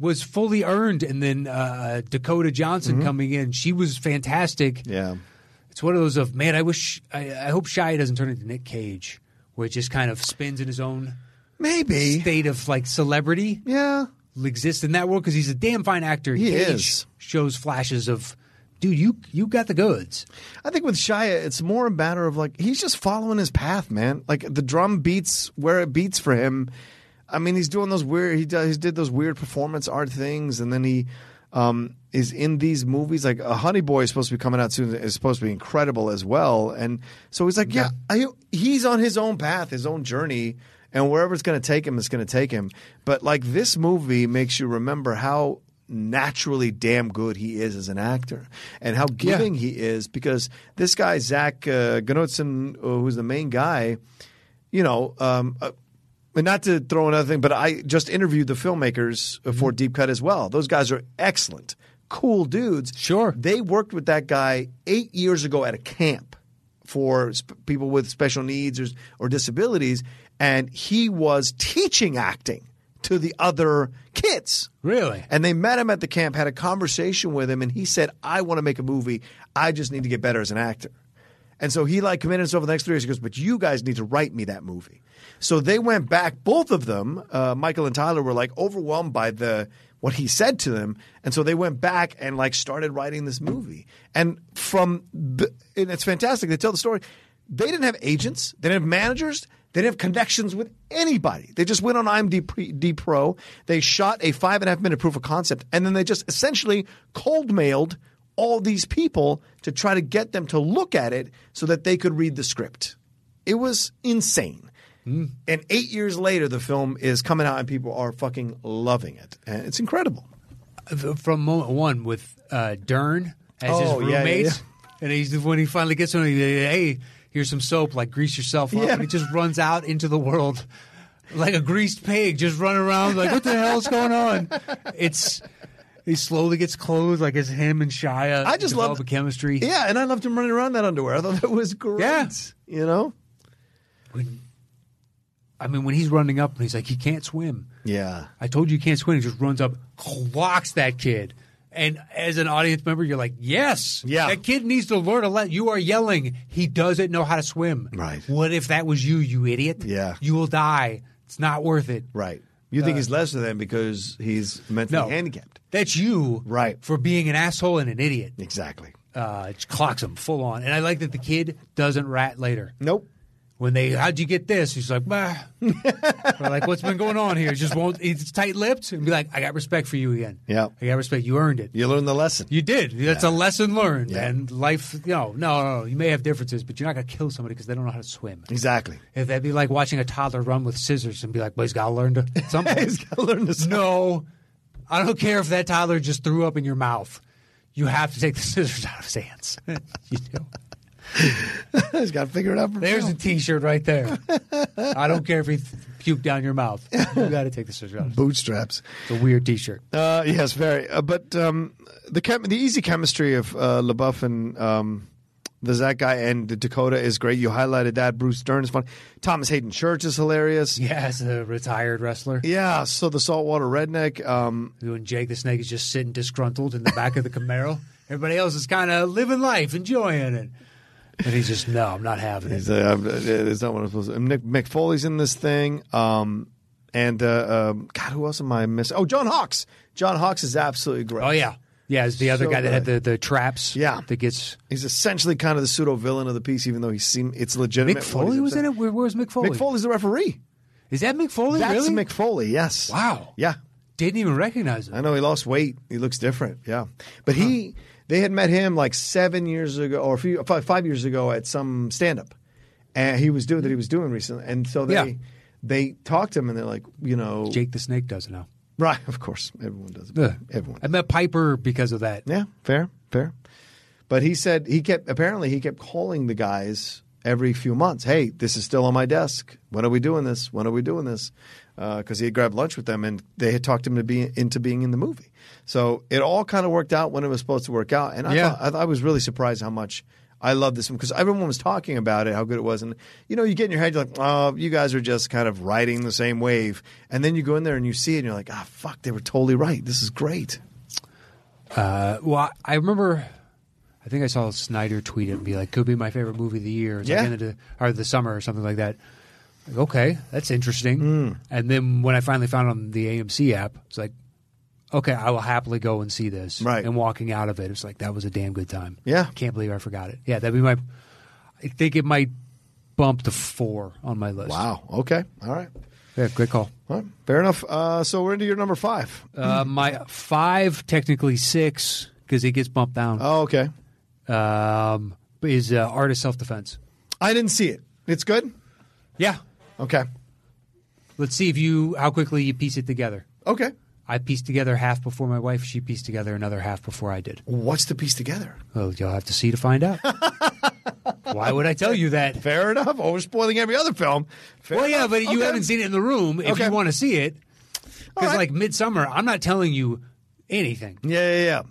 S2: was fully earned. And then uh, Dakota Johnson coming in, she was fantastic.
S1: Mm-hmm. Yeah.
S2: It's one of those of man. I wish. I, I hope Shia doesn't turn into Nick Cage, where it just kind of spins in his own
S1: Maybe.
S2: state of like celebrity.
S1: yeah.
S2: Exists in that world because he's a damn fine actor.
S1: He
S2: Cage
S1: is.
S2: Shows flashes of, dude, you you got the goods.
S1: I think with Shia, it's more a matter of like he's just following his path, man. Like the drum beats where it beats for him. I mean, he's doing those weird. He does. He did those weird performance art things, and then he um, is in these movies. Like a Honey Boy is supposed to be coming out soon. Is supposed to be incredible as well. And so he's like, yeah, I, he's on his own path, his own journey, and wherever it's going to take him, it's going to take him. But like this movie makes you remember how naturally damn good he is as an actor and how giving he is because this guy Zach uh, Gnotzen, uh, who's the main guy, you know, um, uh, and not to throw another thing, but I just interviewed the filmmakers uh, for Deep Cut as well. Those guys are excellent, cool dudes.
S2: Sure.
S1: they worked with that guy eight years ago at a camp for sp- people with special needs or, or disabilities, and he was teaching acting to the other kids.
S2: Really?
S1: And they met him at the camp, had a conversation with him, and he said, I want to make a movie. I just need to get better as an actor. And so he like committed himself for the next three years. He goes, But you guys need to write me that movie. So they went back, both of them, uh, Michael and Tyler, were like overwhelmed by the what he said to them. And so they went back and like started writing this movie. And from the, and it's fantastic. They tell the story. They didn't have agents, they didn't have managers, they didn't have connections with anybody. They just went on IMDb Pro. They shot a five and a half minute proof of concept, and then they just essentially cold mailed all these people to try to get them to look at it so that they could read the script. It was insane. And eight years later, the film is coming out, and people are fucking loving it. And it's incredible.
S2: from moment one with uh, Dern as
S1: Oh,
S2: his
S1: yeah, yeah,
S2: roommate, and he's when he finally gets one. He, hey, here's some soap. Like grease yourself up,
S1: Yeah.
S2: and he just runs out into the world (laughs) like a greased pig, just running around like what the hell's going on? It's he slowly gets clothes like it's him and Shia.
S1: I just
S2: develop
S1: love
S2: a chemistry.
S1: Yeah, and I loved him running around that underwear. I thought that was great.
S2: Yeah.
S1: You know?
S2: When, I mean, when he's running up and he's like, he can't swim.
S1: Yeah.
S2: I told you you can't swim. He just runs up, clocks that kid. And as an audience member, you're like, yes,
S1: Yeah.
S2: that kid needs to learn a lesson. You are yelling, he doesn't know how to swim.
S1: Right.
S2: What if that was you, you idiot?
S1: Yeah.
S2: You will die. It's not worth it.
S1: Right. You think he's lesser than because he's mentally
S2: No.
S1: handicapped.
S2: That's you
S1: Right.
S2: for being an asshole and an idiot.
S1: Exactly.
S2: Uh, it clocks him full on. And I like that the kid doesn't rat later.
S1: Nope.
S2: When they, how'd you get this? He's like,
S1: (laughs)
S2: bah. Or like, what's been going on here? He Just won't, he's tight lipped and be like, I got respect for you again.
S1: Yeah.
S2: I got respect. You earned it.
S1: You learned the lesson.
S2: You did. That's a lesson learned.
S1: Yeah.
S2: And life, you know, no, no, no. You may have differences, but you're not going to kill somebody because they don't know how to swim.
S1: Exactly. (laughs)
S2: If that'd be like watching a toddler run with scissors and be like, well, he's got to
S1: (laughs)
S2: learn to at some point.
S1: He's got to learn this.
S2: no, I don't care if that toddler just threw up in your mouth. You have to take the (laughs) scissors out of
S1: (laughs)
S2: his hands. you know?
S1: He's got to figure it out for
S2: There's a
S1: himself.
S2: T-shirt right there. I don't care if he th- puke down your mouth. You got to take the scissors out.
S1: Bootstraps.
S2: It's a weird
S1: (laughs)
S2: T-shirt.
S1: Uh, yes, very. Uh, but um, the chem- the easy chemistry of uh, LaBeouf and um, the Zach guy and Dakota is great. You highlighted that. Bruce Dern is fun. Thomas Hayden Church is hilarious. Yeah.
S2: Yeah, as a retired wrestler.
S1: so the saltwater redneck. Um,
S2: When Jake the Snake is just sitting disgruntled in the back of the Camaro, everybody else is kind of living life, enjoying it. And he's just, no, I'm not having it.
S1: he's, uh, um, uh, it's not what I'm supposed to. um, Nick Mick Foley's in this thing. Um, and uh, um, God, who else am I missing? Oh, John Hawks. John Hawks is absolutely great.
S2: Oh yeah, yeah. It's the other
S1: So
S2: guy that had the,
S1: good.
S2: the traps.
S1: Yeah.
S2: that gets
S1: He's essentially kind of the pseudo villain of the piece, even though he seemed it's legitimate.
S2: Mick
S1: what
S2: Foley
S1: he's
S2: was in
S1: upset-
S2: it. Where, where's Mick Foley?
S1: Mick Foley's the referee.
S2: Is that Mick Foley?
S1: That's
S2: really?
S1: Mick Foley, yes.
S2: Wow.
S1: Yeah.
S2: Didn't even recognize him.
S1: I know he lost weight. He looks different. Yeah. But he, they had met him like seven years ago or a few, five, five years ago at some stand up. And he was doing that he was doing recently. And so they,
S2: Yeah.
S1: they talked to him and they're like, you know,
S2: Jake the Snake does it now.
S1: right. Of course. Everyone does it.
S2: Ugh.
S1: Everyone.
S2: I met Piper because of that.
S1: Yeah, fair, fair. But he said he kept apparently he kept calling the guys every few months. Hey, this is still on my desk. When are we doing this? When are we doing this? Because he had grabbed lunch with them and they had talked him to be into being in the movie. So it all kind of worked out when it was supposed to work out. And I
S2: Yeah.
S1: thought, I, thought- I was really surprised how much. I love this one because everyone was talking about it, how good it was, and you know, you get in your head, you're like, "Oh, you guys are just kind of riding the same wave," and then you go in there and you see it, and you're like, "Ah, fuck, they were totally right. This is great."
S2: Uh, well, I- I remember. I think I saw Snyder tweet it and be like, "Could be my favorite movie of the year, or,
S1: Yeah.
S2: something to- or the summer, or something like that." Like, okay, that's interesting.
S1: Hmm.
S2: And then when I finally found it on the AMC app, it's like, okay, I will happily go and see this.
S1: Right.
S2: And walking out of it, it's like that was a damn good time.
S1: Yeah.
S2: can't believe I forgot it. Yeah, that'd be my. I think it might bump to four on my list.
S1: Wow. Okay. All right.
S2: yeah, great call.
S1: All right. Fair enough. Uh, so we're into your number five.
S2: Uh, my five, technically six, because it gets bumped down.
S1: Oh, okay.
S2: um, is uh, Art of Self Defense.
S1: I didn't see it. It's good.
S2: Yeah.
S1: Okay.
S2: Let's see if you how quickly you piece it together.
S1: Okay.
S2: I pieced together half before my wife. She pieced together another half before I did.
S1: What's the piece together?
S2: Well, you'll have to see to find
S1: (laughs)
S2: out. Why would I tell you that?
S1: Fair enough. Oh, we're spoiling every other film. Fair
S2: Well, yeah,
S1: enough.
S2: but you
S1: Okay.
S2: haven't seen it in the room. If
S1: Okay.
S2: you want to see it, because
S1: right.
S2: like Midsummer, I'm not telling you anything.
S1: Yeah, yeah, yeah.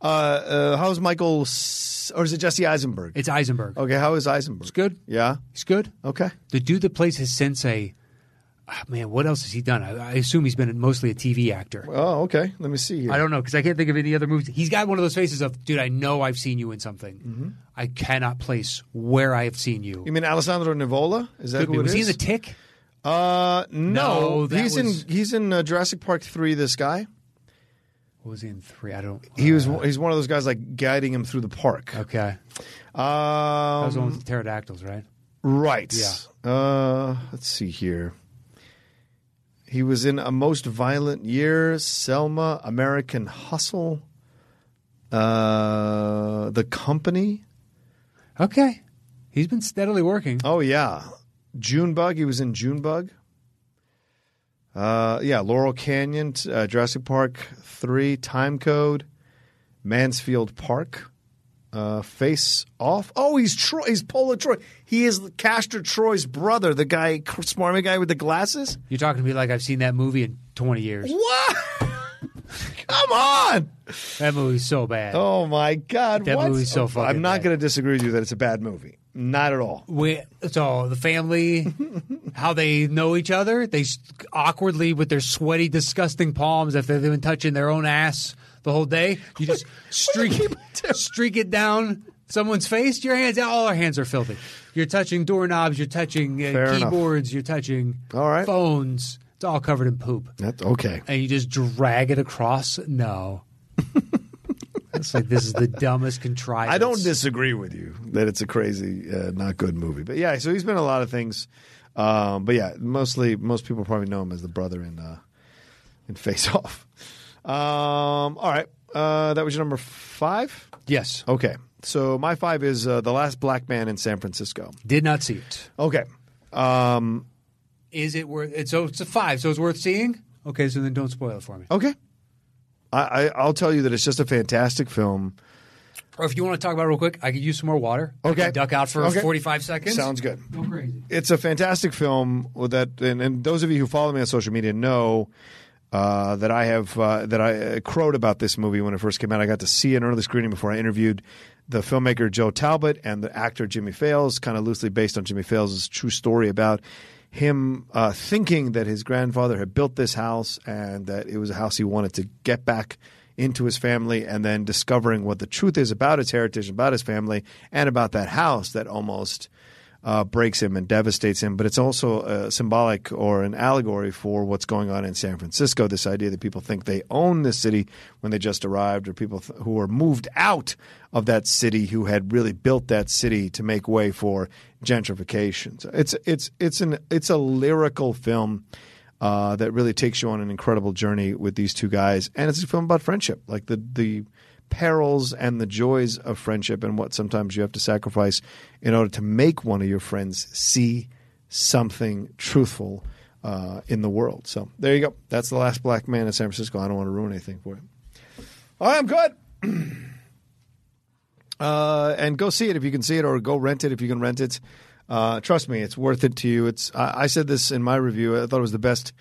S1: Uh, uh, how's Michael, S- or is it Jesse Eisenberg?
S2: It's Eisenberg.
S1: okay. How is Eisenberg? Oh, It's
S2: good.
S1: Yeah.
S2: He's good.
S1: Okay.
S2: The dude that plays his sensei, ah, man, what else has he done? I, I assume he's been mostly a TV actor.
S1: Oh, okay. Let me see here.
S2: I don't know because I can't think of any other movies. He's got one of those faces of, dude, I know I've seen you in something. I cannot place where I have seen you.
S1: Mm-hmm. you mean Alessandro Nivola? Is that
S2: Could
S1: who
S2: be.
S1: it
S2: was he in
S1: is?
S2: the Tick?
S1: uh, no.
S2: No, that
S1: he's
S2: was-
S1: in he's in uh, Jurassic Park three. This guy.
S2: What was he in three? I don't. uh,
S1: He was he's one of those guys like guiding him through the park.
S2: okay. That was the one
S1: Um,
S2: with the pterodactyls, right?
S1: right.
S2: Yeah.
S1: Uh, let's see here. He was in A Most Violent Year, Selma, American Hustle, uh, The Company.
S2: Okay. He's been steadily working.
S1: Oh, yeah. Junebug. He was in Junebug. Uh, yeah, Laurel Canyon, t- uh, Jurassic Park 3, Time Code, Mansfield Park, uh, Face Off. Oh, he's Troy. He's Polo Troy. He is Castor Troy's brother, the guy, smarmy guy with the glasses.
S2: You're talking to me like I've seen that movie in 20
S1: Oh.
S2: years.
S1: What? (laughs) Come on.
S2: That movie's so bad.
S1: Oh, my God.
S2: That
S1: what?
S2: movie's so fucking
S1: I'm not
S2: bad.
S1: going to disagree with you that it's a bad movie. Not at all.
S2: We, so the
S1: (laughs)
S2: family, how they know each other, they s- awkwardly with their sweaty, disgusting palms after they've been touching their own ass the whole day.
S1: (laughs)
S2: You just streak, streak it down someone's face. Your hands, all our hands are filthy. You're touching doorknobs. You're touching
S1: Fair
S2: uh,
S1: enough.
S2: keyboards. You're touching
S1: All right.
S2: phones. It's all covered in poop,
S1: That's okay.
S2: and you just drag it across.
S1: (laughs)
S2: No. It's like this is the dumbest contrivance.
S1: I don't disagree with you that it's a crazy, uh, not good movie. But yeah, so he's been in a lot of things. Um, but yeah, mostly most people probably know him as the brother in uh, in Face (laughs) Off. Um, all right, uh, that was your number five.
S2: Yes,
S1: Okay, so my five is uh, the last black man in San Francisco.
S2: did not see it.
S1: Okay, um,
S2: Is it worth? It's so it's a five, so it's worth seeing. Okay, so then don't spoil it for me.
S1: okay. I, I I'll tell you that it's just a fantastic film.
S2: Or if you want to talk about it real quick, I could use some more water. I
S1: Okay.
S2: could duck out for
S1: Okay.
S2: 45 seconds.
S1: Sounds good.
S2: Go crazy.
S1: It's a fantastic film that, and, and those of you who follow me on social media know uh, that I have uh, that I uh, crowed about this movie when it first came out. I got to see an early screening before I interviewed the filmmaker Joe Talbot and the actor Jimmy Fails, kind of loosely based on Jimmy Fails' true story about him uh, thinking that his grandfather had built this house and that it was a house he wanted to get back into his family and then discovering what the truth is about his heritage, about his family, and about that house that almost uh, breaks him and devastates him. But it's also uh, symbolic or an allegory for what's going on in San Francisco. This idea that people think they own this city when they just arrived, or people th- who are moved out of that city who had really built that city to make way for gentrification. So it's it's it's an it's a lyrical film. Uh, that really takes you on an incredible journey with these two guys, and it's a film about friendship, like the the perils and the joys of friendship and what sometimes you have to sacrifice in order to make one of your friends see something truthful uh, in the world. So there you go. That's the last black man in San Francisco. I don't want to ruin anything for you. All right, I'm good. uh, and go see it if you can see it, or go rent it if you can rent it. Uh, trust me, it's worth it to you. It's. I, I said this in my review. I thought it was the best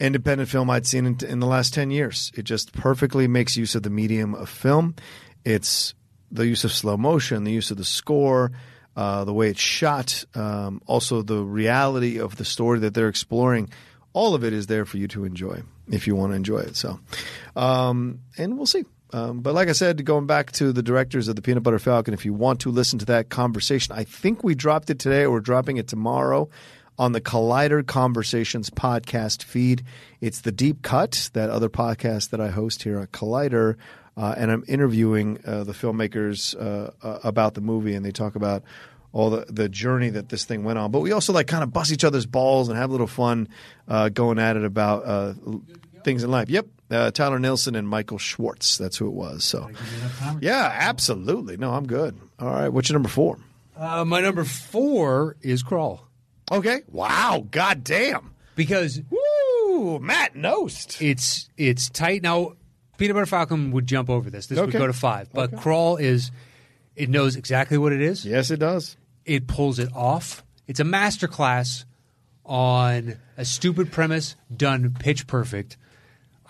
S1: independent film I'd seen in, in the last 10 years. It just perfectly makes use of the medium of film. It's the use of slow motion, the use of the score, uh, the way it's shot, um, also the reality of the story that they're exploring. All of it is there for you to enjoy if you want to enjoy it. So, um, and we'll see. Um, but like I said, going back to the directors of the Peanut Butter Falcon, if you want to listen to that conversation, I think we dropped it today or we're dropping it tomorrow on the Collider Conversations podcast feed. It's the Deep Cut, that other podcast that I host here at Collider. Uh, and I'm interviewing uh, the filmmakers uh, uh, about the movie, and they talk about all the, the journey that this thing went on. But we also like kind of bust each other's balls and have a little fun uh, going at it about uh, l- things in life. Yep, uh, Tyler Nilson and Michael Schwartz. That's who it was. So, yeah, absolutely. No, I'm good. All right, what's your number four?
S2: Uh, my number four is Crawl.
S1: Okay. Wow. God damn.
S2: Because
S1: Woo! Matt Nost.
S2: it's it's tight. Now, Peanut Butter Falcon would jump over this. This would
S1: Okay.
S2: go to five. But Crawl is, it knows exactly what it is.
S1: Yes, it does.
S2: It pulls it off. It's a masterclass on a stupid premise done pitch perfect.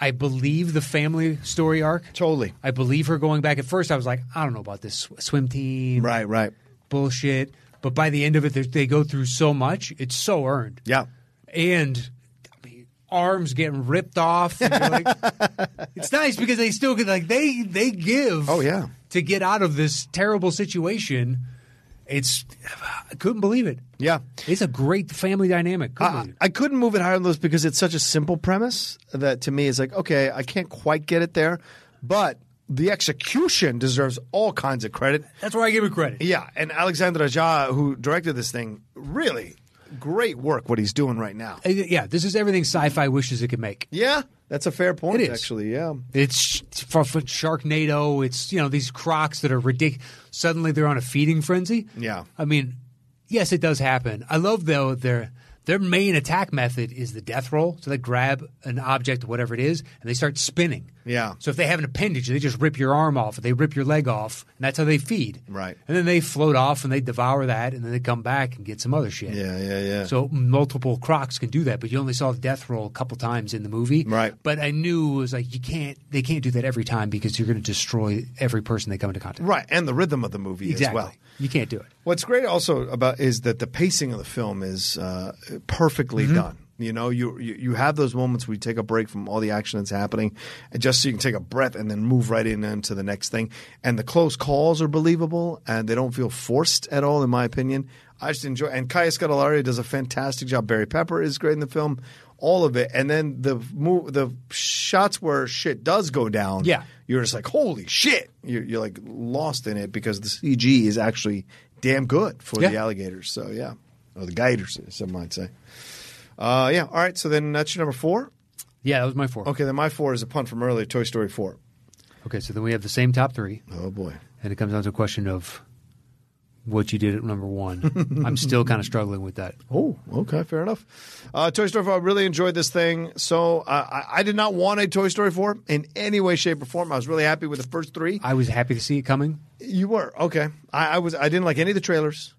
S2: I believe the family story arc.
S1: Totally.
S2: I believe her going back. At first, I was like, I don't know about this sw- swim team
S1: Right, right.
S2: bullshit. But by the end of it, they- they go through so much. It's so earned.
S1: Yeah.
S2: and I mean, arms getting ripped off. (laughs) and you're like- it's nice because they still get like they they give.
S1: Oh, yeah.
S2: to get out of this terrible situation. It's I couldn't believe it.
S1: Yeah. Uh,
S2: It's a great family dynamic. Couldn't
S1: I,
S2: believe it.
S1: I couldn't move it higher than those because it's such a simple premise that to me is like, okay, I can't quite get it there, but the execution deserves all kinds of credit.
S2: That's where I give it credit.
S1: Yeah, and Alexandre Aja, who directed this thing, really great work what he's doing right now.
S2: Uh, Yeah, this is everything sci-fi wishes it could make.
S1: Yeah, that's a fair point,
S2: It is.
S1: actually. Yeah.
S2: It's sh- for, for Sharknado. It's you know these crocs that are ridiculous. Suddenly they're on a feeding frenzy.
S1: Yeah.
S2: I mean, yes, it does happen. I love though their their main attack method is the death roll. So they grab an object, whatever it is, and they start spinning.
S1: Yeah.
S2: So if they have an appendage, they just rip your arm off, or they rip your leg off, and that's how they feed.
S1: Right.
S2: And then they float off and they devour that, and then they come back and get some other shit.
S1: Yeah, yeah, yeah.
S2: So multiple crocs can do that, but you only saw the death roll a couple times in the movie.
S1: Right.
S2: But I knew it was like you can't they can't do that every time because you're going to destroy every person they come into contact. with.
S1: Right, and the rhythm of the movie as
S2: Exactly.
S1: well.
S2: You can't do it.
S1: What's great also about is that the pacing of the film is uh, perfectly done. You know, you, you you have those moments where you take a break from all the action that's happening, and just so you can take a breath and then move right in into the next thing. And the close calls are believable, and they don't feel forced at all, in my opinion. I just enjoy. And Kaya Scodelario does a fantastic job. Barry Pepper is great in the film. All of it, and then the mo- the shots where shit does go down
S2: Yeah.
S1: you're just like, holy shit! You're, you're like lost in it because the CG is actually damn good for the
S2: Yeah.
S1: alligators. So yeah, or the gators, as some might say. Uh, yeah. All right. So then that's your number four.
S2: Yeah, that was my four.
S1: Okay. Then my four is a pun from earlier, Toy Story four.
S2: Okay, so then we have the same top three,
S1: Oh boy.
S2: and it comes down to a question of what you did at
S1: (laughs)
S2: number one. I'm still kind of struggling with that.
S1: Oh, okay, fair enough. Uh, Toy Story 4, I really enjoyed this thing. So uh, I, I did not want a Toy Story 4 in any way, shape, or form. I was really happy with the first three.
S2: I was happy to see it coming.
S1: You were okay. I, I was. I didn't like any of the trailers,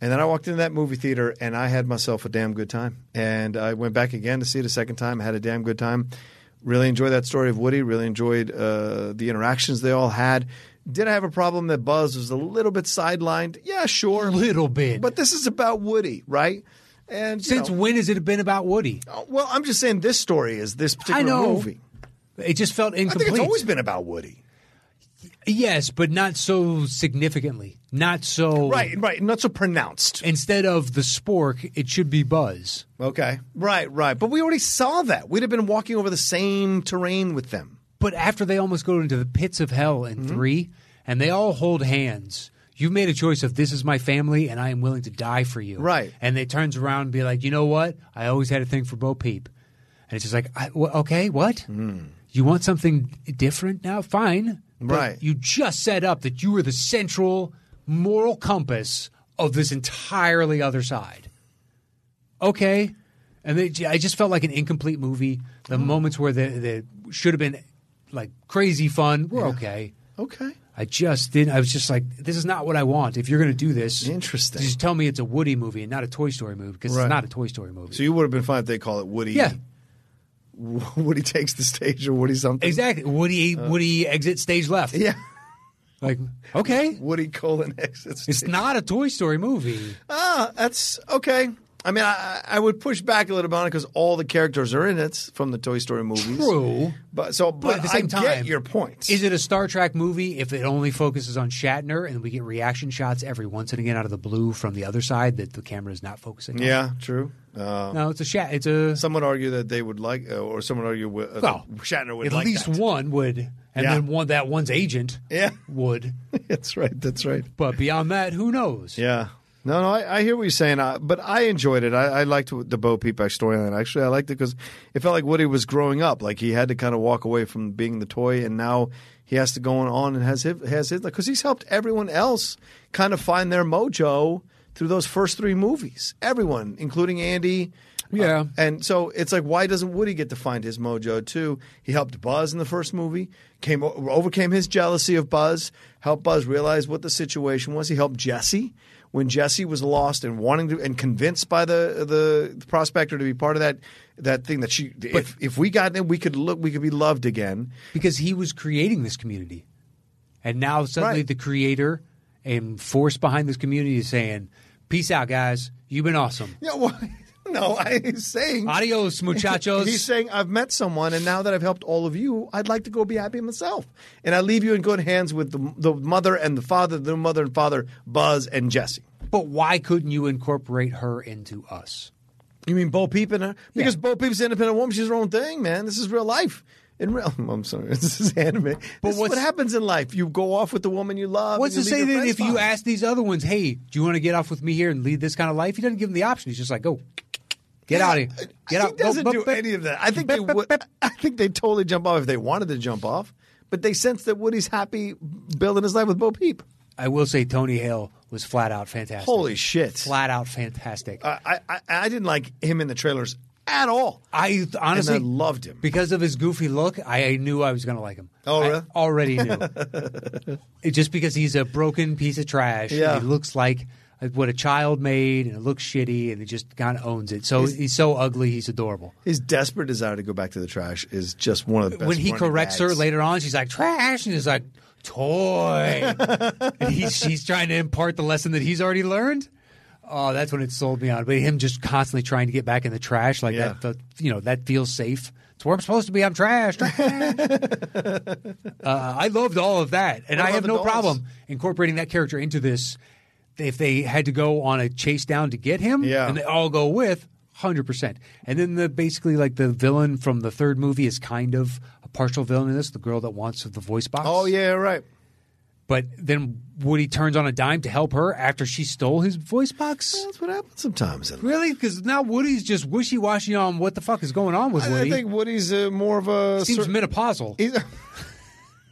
S1: and then I walked into that movie theater and I had myself a damn good time. And I went back again to see it a second time. Had a damn good time. Really enjoyed that story of Woody. Really enjoyed uh, the interactions they all had. Did I have a problem that Buzz was a little bit sidelined? Yeah, sure,
S2: A little bit.
S1: But this is about Woody, right? And you
S2: Since
S1: know,
S2: when has it been about Woody?
S1: well, I'm just saying this story is this particular
S2: I know.
S1: movie.
S2: It just felt
S1: I
S2: incomplete.
S1: think it's always been about Woody.
S2: yes, but not so significantly. Not so
S1: Right, right. Not so pronounced.
S2: Instead of the spork, it should be Buzz.
S1: Okay. Right, right. But we already saw that. We'd have been walking over the same terrain with them.
S2: But after they almost go into the pits of hell in three, and they all hold hands, you've made a choice of this is my family, and I am willing to die for you.
S1: Right.
S2: And they turns around and be like, you know what? I always had a thing for Bo Peep, and it's just like, I, wh- okay, what? You want something different now? Fine. But
S1: Right.
S2: You just set up that you were the central moral compass of this entirely other side. okay. And they, I just felt like an incomplete movie. The
S1: Mm.
S2: moments where they, they should have been like crazy fun were okay.
S1: Okay.
S2: I just didn't. I was just like, this is not what I want. If you're going to do this,
S1: Interesting.
S2: Just tell me it's a Woody movie and not a Toy Story movie because
S1: Right.
S2: it's not a Toy Story movie.
S1: So you would have been fine if they call it Woody.
S2: yeah,
S1: (laughs) Woody takes the stage or Woody something.
S2: exactly. Woody, Woody exit stage left.
S1: Uh. Yeah. (laughs)
S2: Like, okay,
S1: Woody colon exits.
S2: it's not a Toy Story movie.
S1: Ah, that's okay. I mean, I, I would push back a little bit on it because all the characters are in it from the Toy Story movies.
S2: True.
S1: But so, but,
S2: at the same
S1: I
S2: time,
S1: get your point.
S2: Is it a Star Trek movie if it only focuses on Shatner and we get reaction shots every once and again out of the blue from the other side that the camera is not focusing? on?
S1: yeah, true. Uh,
S2: No, it's a Shat. It's a
S1: some would argue that they would like, uh, or someone would argue wi- uh,
S2: well,
S1: that Shatner would
S2: at
S1: like
S2: least
S1: that.
S2: one would, and
S1: Yeah.
S2: then one that one's agent
S1: Yeah. (laughs)
S2: would.
S1: that's right. That's right.
S2: But beyond that, who knows?
S1: Yeah. No, no, I, I hear what you're saying, I, but I enjoyed it. I, I liked the Bo Peep storyline. Actually, I liked it because it felt like Woody was growing up. Like he had to kind of walk away from being the toy, and now he has to go on and has his, has his because he's helped everyone else kind of find their mojo through those first three movies. Everyone, including Andy.
S2: Yeah.
S1: Um, and so it's like, why doesn't Woody get to find his mojo too? He helped Buzz in the first movie, came o- overcame his jealousy of Buzz, helped Buzz realize what the situation was. He helped Jesse when Jesse was lost and wanting to and convinced by the the prospector to be part of that that thing that she if, if we got in we could look we could be loved again.
S2: because he was creating this community, and now suddenly
S1: Right.
S2: the creator and force behind this community is saying, "Peace out, guys. You've
S1: (laughs)
S2: been awesome.
S1: Yeah, well, no, I am saying
S2: Adios, muchachos."
S1: He's saying, I've met someone, and now that I've helped all of you, I'd like to go be happy myself. And I leave you in good hands with the, the mother and the father, the mother and father, Buzz and Jesse.
S2: But why couldn't you incorporate her into us?
S1: You mean Bo Peep and her? Because Bo Peep's an independent woman. She's her own thing, man. This is real life. In real, (laughs) I'm sorry, this is anime. But this is
S2: what's-
S1: what happens in life? You go off with the woman you love.
S2: What's to
S1: and you
S2: say
S1: leave your
S2: that if
S1: friends
S2: you
S1: behind.
S2: ask these other ones, hey, do you want to get off with me here and lead this kind of life? He doesn't give them the option. He's just like, go, get out of here. Get
S1: uh, he
S2: out. Go,
S1: doesn't
S2: bup,
S1: do
S2: bup.
S1: any of that. I think they
S2: (laughs)
S1: would. I think they totally jump off if they wanted to jump off, but they sense that Woody's happy building his life with Bo Peep.
S2: I will say Tony Hale was flat out fantastic.
S1: Holy shit! Uh,
S2: Flat out fantastic.
S1: I, I- I I didn't like him in the trailers at all.
S2: I honestly
S1: and I loved him.
S2: Because of his goofy look, I knew I was going to like him.
S1: Oh,
S2: I
S1: really? (laughs)
S2: already knew. It- just because he's a broken piece of trash. and
S1: Yeah.
S2: He looks like what a child made, and it looks shitty, and he just kind of owns it. So he's so ugly, he's adorable.
S1: His desperate desire to go back to the trash is just one of the best.
S2: when he
S1: running
S2: corrects her
S1: gags.
S2: later on, she's like trash, and he's like (laughs) toy, and he's she's trying to impart the lesson that he's already learned. Oh, that's when it sold me on. But him just constantly trying to get back in the trash, like
S1: Yeah.
S2: that, felt- you know, that feels safe. It's where I'm supposed to be. I'm trash. trash. (laughs) uh, I loved all of that, and
S1: What
S2: I
S1: about
S2: have
S1: the
S2: no
S1: dolls?
S2: problem incorporating that character into this. If they had to go on a chase down to get him,
S1: Yeah.
S2: and they all go with hundred percent. And then the basically like the villain from the third movie is kind of a partial villain in this, the girl that wants the voice box.
S1: Oh yeah, right.
S2: But then Woody turns on a dime to help her after she stole his voice box.
S1: That's what happens sometimes. in life.
S2: Really? Because now Woody's just wishy washy on what the fuck is going on with
S1: I,
S2: Woody. (laughs)
S1: I think Woody's uh, more of a (laughs)
S2: Seems
S1: cer-
S2: menopausal.
S1: he's-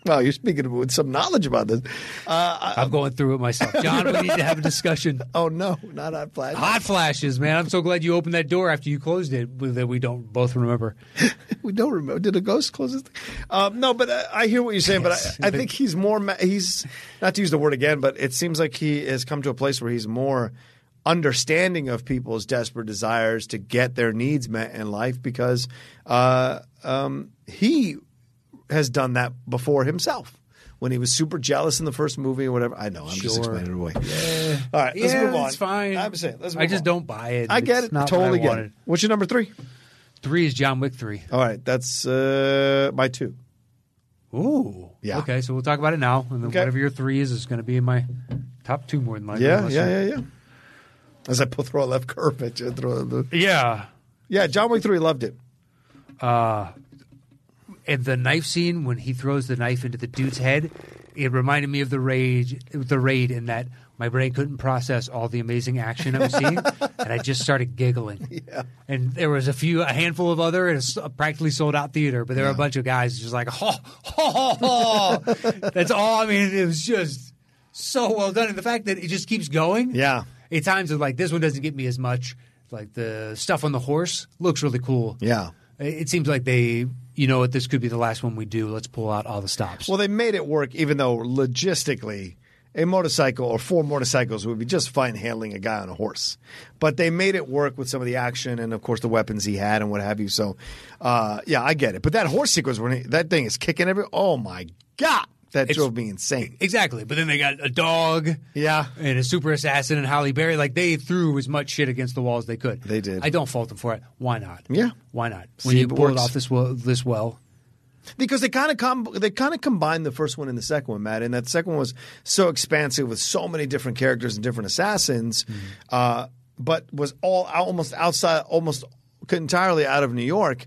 S1: Wow, you're speaking with some knowledge about this. Uh, I,
S2: I'm going through it myself. John, we need to have a discussion.
S1: oh no, not on flash.
S2: Hot flashes, man. I'm so glad you opened that door after you closed it that we don't both remember.
S1: we don't remember. Did a ghost close his? Um, no, but I, I hear what you're saying.
S2: Yes.
S1: but I, I think he's more. ma- He's not to use the word again, but it seems like he has come to a place where he's more understanding of people's desperate desires to get their needs met in life because uh, um, he has done that before himself. When he was super jealous in the first movie or whatever, I know I'm just
S2: Sure.
S1: explaining it away. All right, let's
S2: yeah,
S1: move on.
S2: It's fine.
S1: I'm saying, let's move
S2: I just
S1: on.
S2: don't buy it.
S1: I
S2: It's
S1: get it.
S2: Not
S1: Totally
S2: what I
S1: get it.
S2: wanted.
S1: What's your number three?
S2: Three is John Wick three.
S1: All right, that's uh, my two.
S2: Ooh.
S1: Yeah.
S2: Okay, so we'll talk about it now, and then
S1: Okay.
S2: whatever your three is is going to be in my top two more than likely.
S1: Yeah,
S2: unless
S1: yeah,
S2: you-
S1: yeah, yeah. As I pull, throw a left curve (laughs) at you, throw a,
S2: Yeah.
S1: yeah. John Wick three loved it.
S2: And the knife scene when he throws the knife into the dude's head, it reminded me of the rage, the raid, in that my brain couldn't process all the amazing action I
S1: (laughs)
S2: was seeing, and I just started giggling. Yeah. And there was a few, a handful of other, it was a practically sold out theater, but there were a bunch of guys just like, ho, ho, ho,
S1: (laughs)
S2: ho. That's all. I mean, it was just so well done, and the fact that it just keeps going.
S1: Yeah.
S2: At times, it's like this one doesn't get me as much. Like the stuff on the horse looks really cool.
S1: Yeah.
S2: It seems like they, you know what, this could be the last one we do. Let's pull out all the stops.
S1: Well, they made it work, even though logistically, a motorcycle or four motorcycles would be just fine handling a guy on a horse. But they made it work with some of the action and, of course, the weapons he had and what have you. So, uh, yeah, I get it. But that horse sequence when he, that thing is kicking every. Oh my god, that drove me insane.
S2: exactly. But then they got a dog.
S1: Yeah.
S2: And a super assassin and Holly Berry. Like they threw as much shit against the wall as they could.
S1: They did.
S2: I don't fault them for it. Why not?
S1: Yeah.
S2: Why not?
S1: See
S2: When
S1: if
S2: you
S1: it
S2: pull it
S1: works.
S2: off this well, this well.
S1: because they kind of com- they kind of combined the first one and the second one, Matt. And that second one was so expansive with so many different characters and different assassins,
S2: Mm-hmm.
S1: uh, but was all out, almost outside, almost entirely out of New York.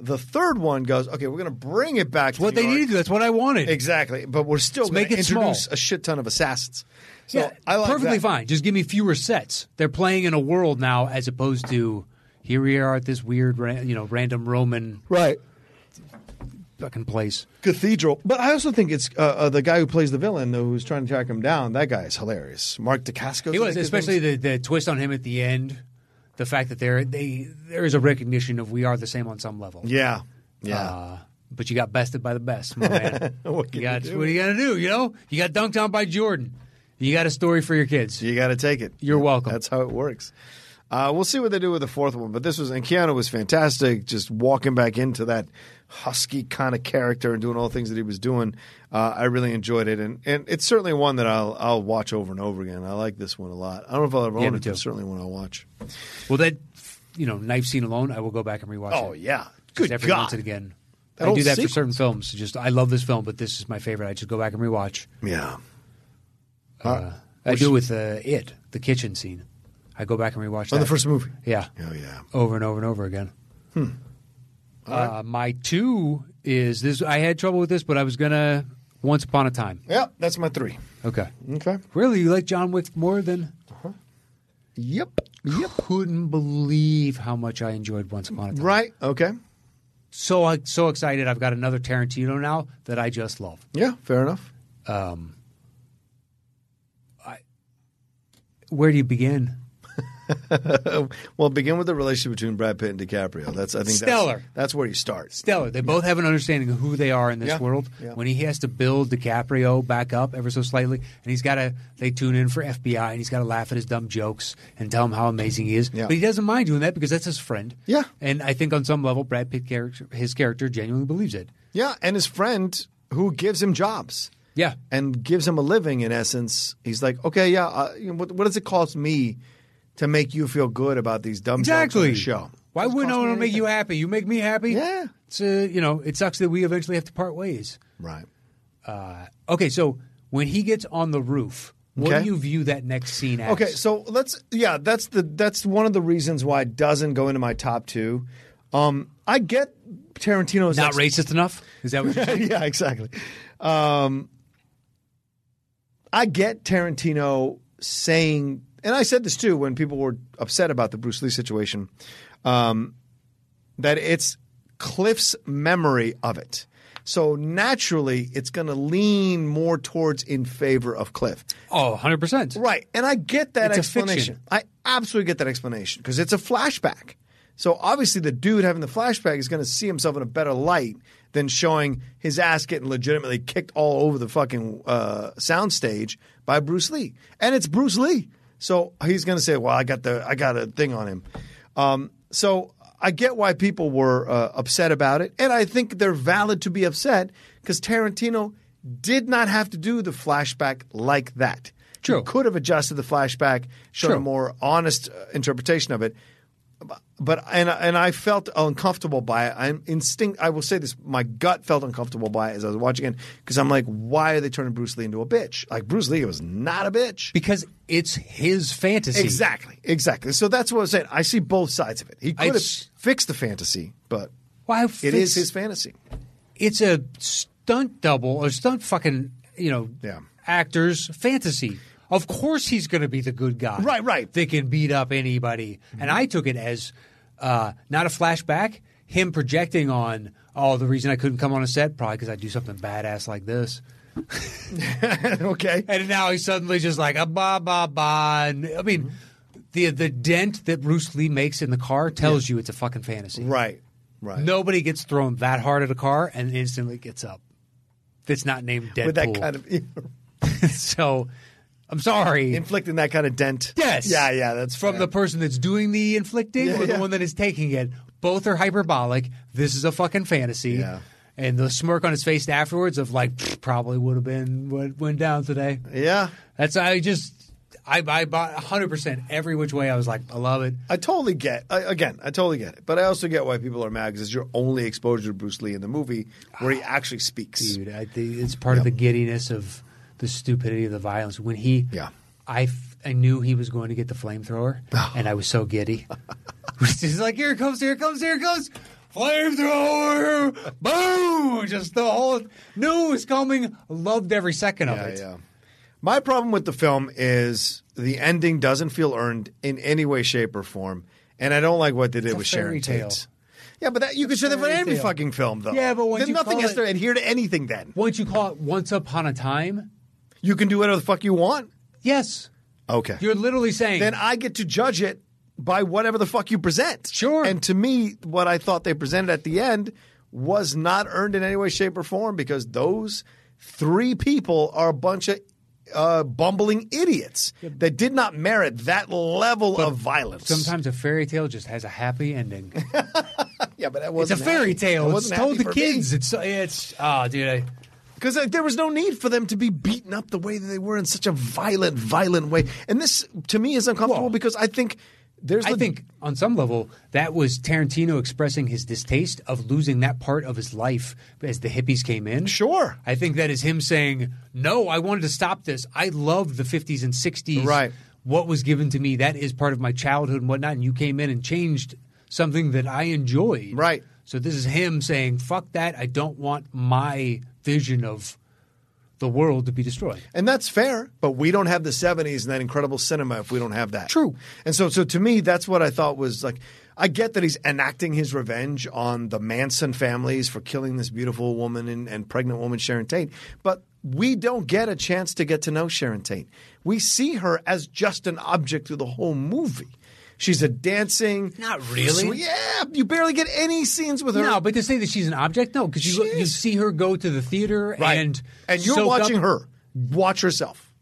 S1: The third one goes, okay, we're going to bring it back. to
S2: What
S1: New
S2: they
S1: York.
S2: needed. That's what I wanted.
S1: exactly, but we're still going
S2: make
S1: to
S2: it small.
S1: introduce a shit ton of assassins. So
S2: yeah,
S1: I like
S2: perfectly
S1: that.
S2: fine. Just give me fewer sets. They're playing in a world now, as opposed to here we are at this weird, ra- you know, random Roman
S1: right?
S2: fucking place.
S1: Cathedral, but I also think it's uh, uh, the guy who plays the villain who's trying to track him down. That guy is hilarious. Mark DeCascos.
S2: He
S1: I
S2: was,
S1: think his name's-
S2: especially the, the twist on him at the end. The fact that there they there is a recognition of we are the same on some level.
S1: yeah, yeah.
S2: Uh, but you got bested by the
S1: (laughs)
S2: best, my man.
S1: What can
S2: you
S1: you
S2: got,
S1: do?
S2: What are you gonna do? You know, you got dunked on by Jordan. You got a story for your kids.
S1: You got to take it.
S2: You're welcome.
S1: That's how it works. Uh, we'll see what they do with the fourth one, but this was and Keanu was fantastic, just walking back into that husky kind of character and doing all the things that he was doing. Uh, I really enjoyed it, and, and it's certainly one that I'll I'll watch over and over again. I like this one a lot. I don't know if I'll ever
S2: Yeah,
S1: own
S2: me
S1: it, but
S2: too.
S1: it's certainly one I'll watch.
S2: Well, that you know knife scene alone, I will go back and rewatch.
S1: Oh
S2: it.
S1: yeah,
S2: Just
S1: good
S2: every once
S1: God!
S2: and again.
S1: That
S2: I
S1: whole
S2: do that
S1: sequence.
S2: for certain films. Just I love this film, but this is my favorite. I just go back and rewatch.
S1: Yeah,
S2: Uh, I do with uh, it, the kitchen scene. I go back and rewatch.
S1: on the
S2: that.
S1: first movie.
S2: yeah.
S1: Oh yeah.
S2: over and over and over again.
S1: Hmm.
S2: Uh, my two is this. I had trouble with this, but I was gonna Once Upon a Time.
S1: Yeah, that's my three.
S2: Okay,
S1: Okay.
S2: really, you like John Wick more than?
S1: Yep.
S2: Couldn't believe how much I enjoyed Once Upon a Time.
S1: Right. Okay.
S2: So uh, so excited! I've got another Tarantino now that I just love.
S1: Yeah. Fair enough.
S2: Um, I, where do you begin?
S1: (laughs) Well, begin with the relationship between Brad Pitt and DiCaprio. That's I think that's-
S2: Stellar.
S1: That's, where you start.
S2: stellar. They both have an understanding of who they are in this
S1: Yeah.
S2: world.
S1: Yeah.
S2: When he has to build DiCaprio back up ever so slightly, and he's got to, they tune in for FBI, and he's got to laugh at his dumb jokes and tell him how amazing he is.
S1: Yeah.
S2: But he doesn't mind doing that because that's his friend.
S1: Yeah.
S2: And I think on some level, Brad Pitt character, his character, genuinely believes it.
S1: Yeah, and his friend who gives him jobs.
S2: Yeah.
S1: and gives him a living. In essence, he's like, okay, yeah. Uh, you know, what, what does it cost me to make you feel good about these dumb
S2: Exactly.
S1: jokes on the show?
S2: Why wouldn't I want to make you happy? You make me happy.
S1: Yeah.
S2: It's uh, you know, it sucks that we eventually have to part ways.
S1: Right.
S2: Uh, okay, so when he gets on the roof, what
S1: Okay.
S2: do you view that next scene as?
S1: Okay, so let's yeah, that's the that's one of the reasons why it doesn't go into my top two. Um, I get Tarantino's ex-
S2: not racist enough? Is that what you're saying?
S1: (laughs) yeah, exactly. Um, I get Tarantino saying, and I said this too when people were upset about the Bruce Lee situation, um, that it's Cliff's memory of it. So naturally, it's going to lean more towards in favor of Cliff.
S2: Oh, 100%.
S1: Right. And I get that
S2: It's a
S1: explanation.
S2: fiction.
S1: I absolutely get that explanation because it's a flashback. So obviously, the dude having the flashback is going to see himself in a better light than showing his ass getting legitimately kicked all over the fucking uh, soundstage by Bruce Lee. And it's Bruce Lee. So he's going to say, "Well, I got the I got a thing on him." Um, so I get why people were uh, upset about it, and I think they're valid to be upset because Tarantino did not have to do the flashback like that.
S2: True.
S1: He could have adjusted the flashback, shown a
S2: True.
S1: more honest uh, interpretation of it. Bu- But and I- and I felt uncomfortable by it. I'm instinct. I will say this: my gut felt uncomfortable by it as I was watching it because I'm like, why are they turning Bruce Lee into a bitch? Like Bruce Lee was not a bitch.
S2: Because it's his fantasy.
S1: Exactly, exactly. So that's what I'm saying. I see both sides of it. He could have
S2: It's-
S1: fixed the fantasy, but
S2: Why
S1: it is his fantasy. (laughs)
S2: It's a stunt double or stunt fucking, you know,
S1: Yeah.
S2: actor's fantasy. Of course he's going to be the good guy.
S1: Right, right. Mm-hmm.
S2: That can beat up anybody. And I took it as uh, not a flashback, him projecting on, oh, the reason I couldn't come on a set, probably because I do something badass like this.
S1: okay.
S2: And now he's suddenly just like "Ah, a ba ba ba. And, I mean,
S1: Mm-hmm.
S2: the the dent that Bruce Lee makes in the car tells you it's a fucking fantasy.
S1: Right. Right.
S2: Nobody gets thrown that hard at a car and instantly gets up. That's not named Deadpool.
S1: With that kind of (laughs)
S2: (laughs) so, I'm sorry.
S1: inflicting that kind of dent.
S2: yes.
S1: Yeah, yeah, that's
S2: from
S1: fair.
S2: the person that's doing the inflicting
S1: Yeah,
S2: or the
S1: yeah.
S2: one that is taking it. Both are hyperbolic. This is a fucking fantasy.
S1: Yeah.
S2: And the smirk on his face afterwards of like "Pfft, probably would have been what went down today.
S1: Yeah.
S2: That's I just I I bought hundred percent every which way. I was like, I love it.
S1: I totally get. I, again, I totally get it, but I also get why people are mad because it's your only exposure to Bruce Lee in the movie where
S2: Ah,
S1: he actually speaks.
S2: Dude, I think it's part of the giddiness of the stupidity of the violence. When he,
S1: Yeah.
S2: I, f- I knew he was going to get
S1: (sighs)
S2: the flamethrower,
S1: Oh.
S2: and I was so giddy. He's like, here it comes, here it comes, here it comes, flamethrower, boom! Just the whole news coming. Loved every second of
S1: Yeah,
S2: it.
S1: yeah. My problem with the film is the ending doesn't feel earned in any way, shape, or form, and I don't like what they did with Sharon
S2: fairy tale.
S1: Tate. Yeah, but that, you could say that for
S2: fairy
S1: every
S2: tale.
S1: fucking film, though.
S2: Yeah, but once
S1: then
S2: you
S1: nothing
S2: call
S1: has
S2: it-
S1: to adhere to anything. Then
S2: Once you call it "Once Upon a Time,"
S1: you can do whatever the fuck you want.
S2: yes,
S1: Okay.
S2: you're literally saying
S1: then I get to judge it by whatever the fuck you present.
S2: Sure.
S1: And to me, what I thought they presented at the end was not earned in any way, shape, or form because those three people are a bunch of uh, bumbling idiots that did not merit that level of violence.
S2: sometimes a fairy tale just has a happy ending.
S1: (laughs) yeah, but that
S2: It's a
S1: wasn't
S2: fairy
S1: happy. That
S2: tale. It's
S1: wasn't
S2: told
S1: happy
S2: to
S1: for
S2: kids. It's it's oh, dude. I,
S1: because there was no need for them to be beaten up the way that they were in such a violent, violent way. And this, to me, is uncomfortable
S2: Well,
S1: because I think there's.
S2: I
S1: the-
S2: think on some level that was Tarantino expressing his distaste of losing that part of his life as the hippies came in.
S1: Sure.
S2: I think that is him saying, "No, I wanted to stop this. I loved the 50s and 60s.
S1: Right.
S2: What was given to me that is part of my childhood and whatnot. And you came in and changed something that I enjoyed.
S1: Right.
S2: So this is him saying, "Fuck that. I don't want my vision of the world to be destroyed."
S1: And that's fair, but we don't have the 70s and that incredible cinema if we don't have that.
S2: True.
S1: And so so to me that's what I thought was like I get that he's enacting his revenge on the Manson families for killing this beautiful woman and, and pregnant woman Sharon Tate, but we don't get a chance to get to know Sharon Tate. We see her as just an object through the whole movie. She's a dancing.
S2: Not really.
S1: sweet- yeah, you barely get any scenes with her.
S2: No, but to say that she's an object, no, because you
S1: She
S2: you
S1: is.
S2: see her go to the theater and
S1: and you're
S2: soak up-
S1: watching her watch herself.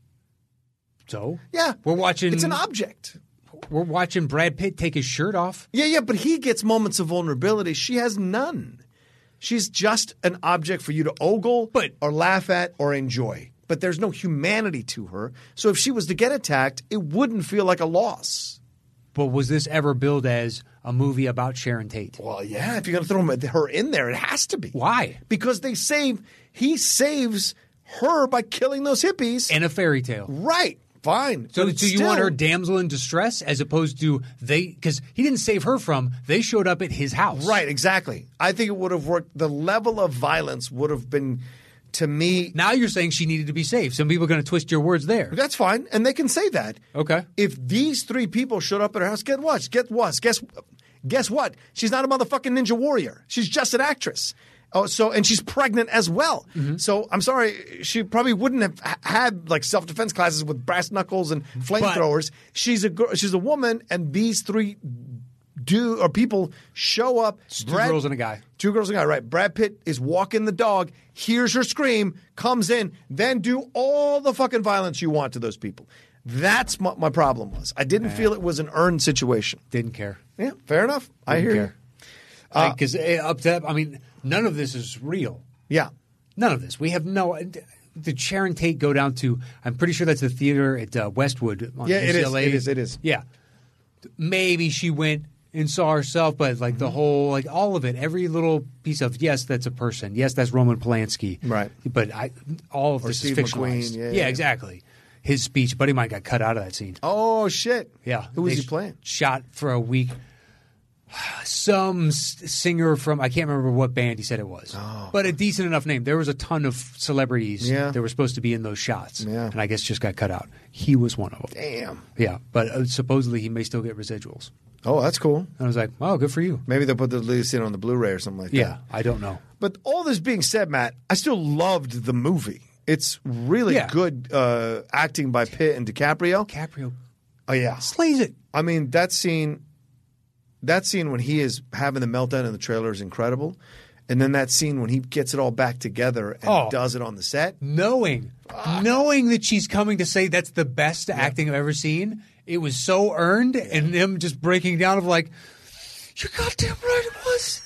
S2: So
S1: Yeah,
S2: we're watching.
S1: It's an object.
S2: We're watching Brad Pitt take his shirt off.
S1: Yeah, yeah, but he gets moments of vulnerability. She has none. She's just an object for you to ogle
S2: But-
S1: or laugh at or enjoy. But there's no humanity to her. So if she was to get attacked, it wouldn't feel like a loss.
S2: But was this ever billed as a movie about Sharon Tate?
S1: Well, yeah, if you're going to throw her in there, it has to be.
S2: Why?
S1: Because they save, he saves her by killing those hippies.
S2: In a fairy tale.
S1: right, fine.
S2: So,
S1: But
S2: so you want
S1: still-
S2: her damsel in distress as opposed to they because he didn't save her from they showed up at his house.
S1: Right, exactly. I think it would have worked. The level of violence would have been, to me,
S2: now, you're saying she needed to be saved. Some people are going to twist your words there.
S1: That's fine, and they can say that.
S2: Okay.
S1: If these three people showed up at her house, get what? Get what? Guess guess what? She's not a motherfucking ninja warrior. She's just an actress. Oh, so and she's pregnant as well.
S2: Mm-hmm.
S1: So I'm sorry, she probably wouldn't have h- had like self defense classes with brass knuckles and flamethrowers. She's a girl, she's a woman, and these three do or people show up.
S2: two girls and a guy.
S1: Two girls and a guy. Right. Brad Pitt is walking the dog, hears her scream, comes in, then do all the fucking violence you want to those people. That's what my problem was. I didn't feel it was an earned situation.
S2: Didn't care.
S1: Yeah, fair enough. I hear you. Uh,
S2: Because up to that, I mean, none of this is real.
S1: Yeah.
S2: None of this. We have no. uh, Did Sharon Tate go down to? I'm pretty sure that's the theater at uh, Westwood. On
S1: Yeah, it is,
S2: UCLA.
S1: it is, it is.
S2: Yeah. Maybe she went and saw herself, but like
S1: Mm-hmm.
S2: the whole, like all of it, every little piece of yes, that's a person. Yes, that's Roman Polanski.
S1: Right.
S2: But I, all of this
S1: Steve
S2: is fictionalized.
S1: McQueen, yeah, yeah, yeah.
S2: exactly. His speech, buddy, mine got cut out of that scene.
S1: Oh shit.
S2: Yeah.
S1: Who was
S2: They
S1: he
S2: sh-
S1: playing?
S2: Shot for a week. (sighs) Some s- singer from I can't remember what band he said it was, but a decent enough name. There was a ton of celebrities
S1: Oh. Yeah.
S2: that were supposed to be in those shots,
S1: Yeah.
S2: and I guess just got cut out. He was one of them.
S1: Damn.
S2: Yeah, but uh, supposedly he may still get residuals.
S1: Oh, that's cool.
S2: And I was like, oh, good for you.
S1: Maybe they'll put the release in on the Blu-ray or something like that.
S2: Yeah, I don't know.
S1: But all this being said, Matt, I still loved the movie. It's really
S2: Yeah.
S1: good uh, acting by Pitt and DiCaprio.
S2: Caprio
S1: Oh yeah.
S2: slays it.
S1: I mean that scene, that scene when he is having the meltdown in the trailer is incredible, and then that scene when he gets it all back together and
S2: Oh.
S1: does it on the set.
S2: knowing knowing that she's coming to say that's the best acting I've ever seen. It was so earned, and him just breaking down of like, "You're goddamn right, it was."